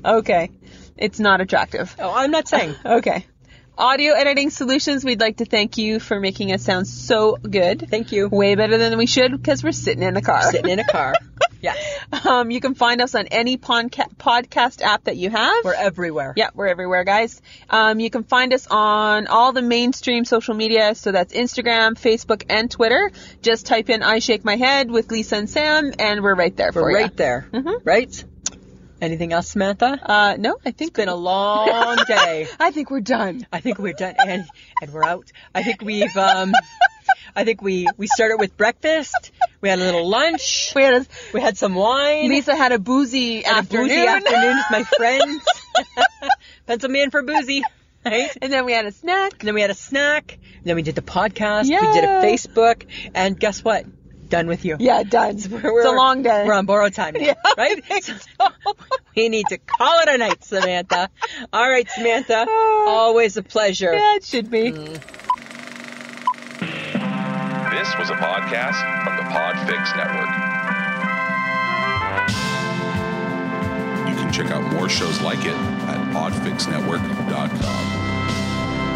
okay. It's not attractive.
Oh, I'm not saying.
Okay. Audio editing solutions, we'd like to thank you for making us sound so good.
Thank you.
Way better than we should because we're sitting in the car.
Sitting in a car. Yes.
Um, you can find us on any podca- podcast app that you have.
We're everywhere.
Yeah, we're everywhere, guys. Um, you can find us on all the mainstream social media. So that's Instagram, Facebook, and Twitter. Just type in I Shake My Head with Lisa and Sam, and we're right there for
We're
you.
right there. Right? Anything else, Samantha?
Uh, no, I think
it's been a long day.
I think we're done.
I think we're done and and we're out. I think we've um I think we we started with breakfast. We had a little lunch.
We had a,
We had some wine.
Lisa had a boozy
had a
afternoon,
boozy afternoon with my friends. Pencil me in for boozy. Right?
and then we had a snack.
And then we had a snack. And then we did the podcast.
Yeah.
We did a Facebook. And guess what? Done with you.
Yeah, done. It's,
We're,
a long day.
We're on borrowed time now, right? we need to call it a night, Samantha. All right, Samantha.
Ah.
Always a pleasure.
Yeah, it should be.
Mm.
This was a podcast from the Podfix Network. You can check out more shows like it at podfixnetwork.com.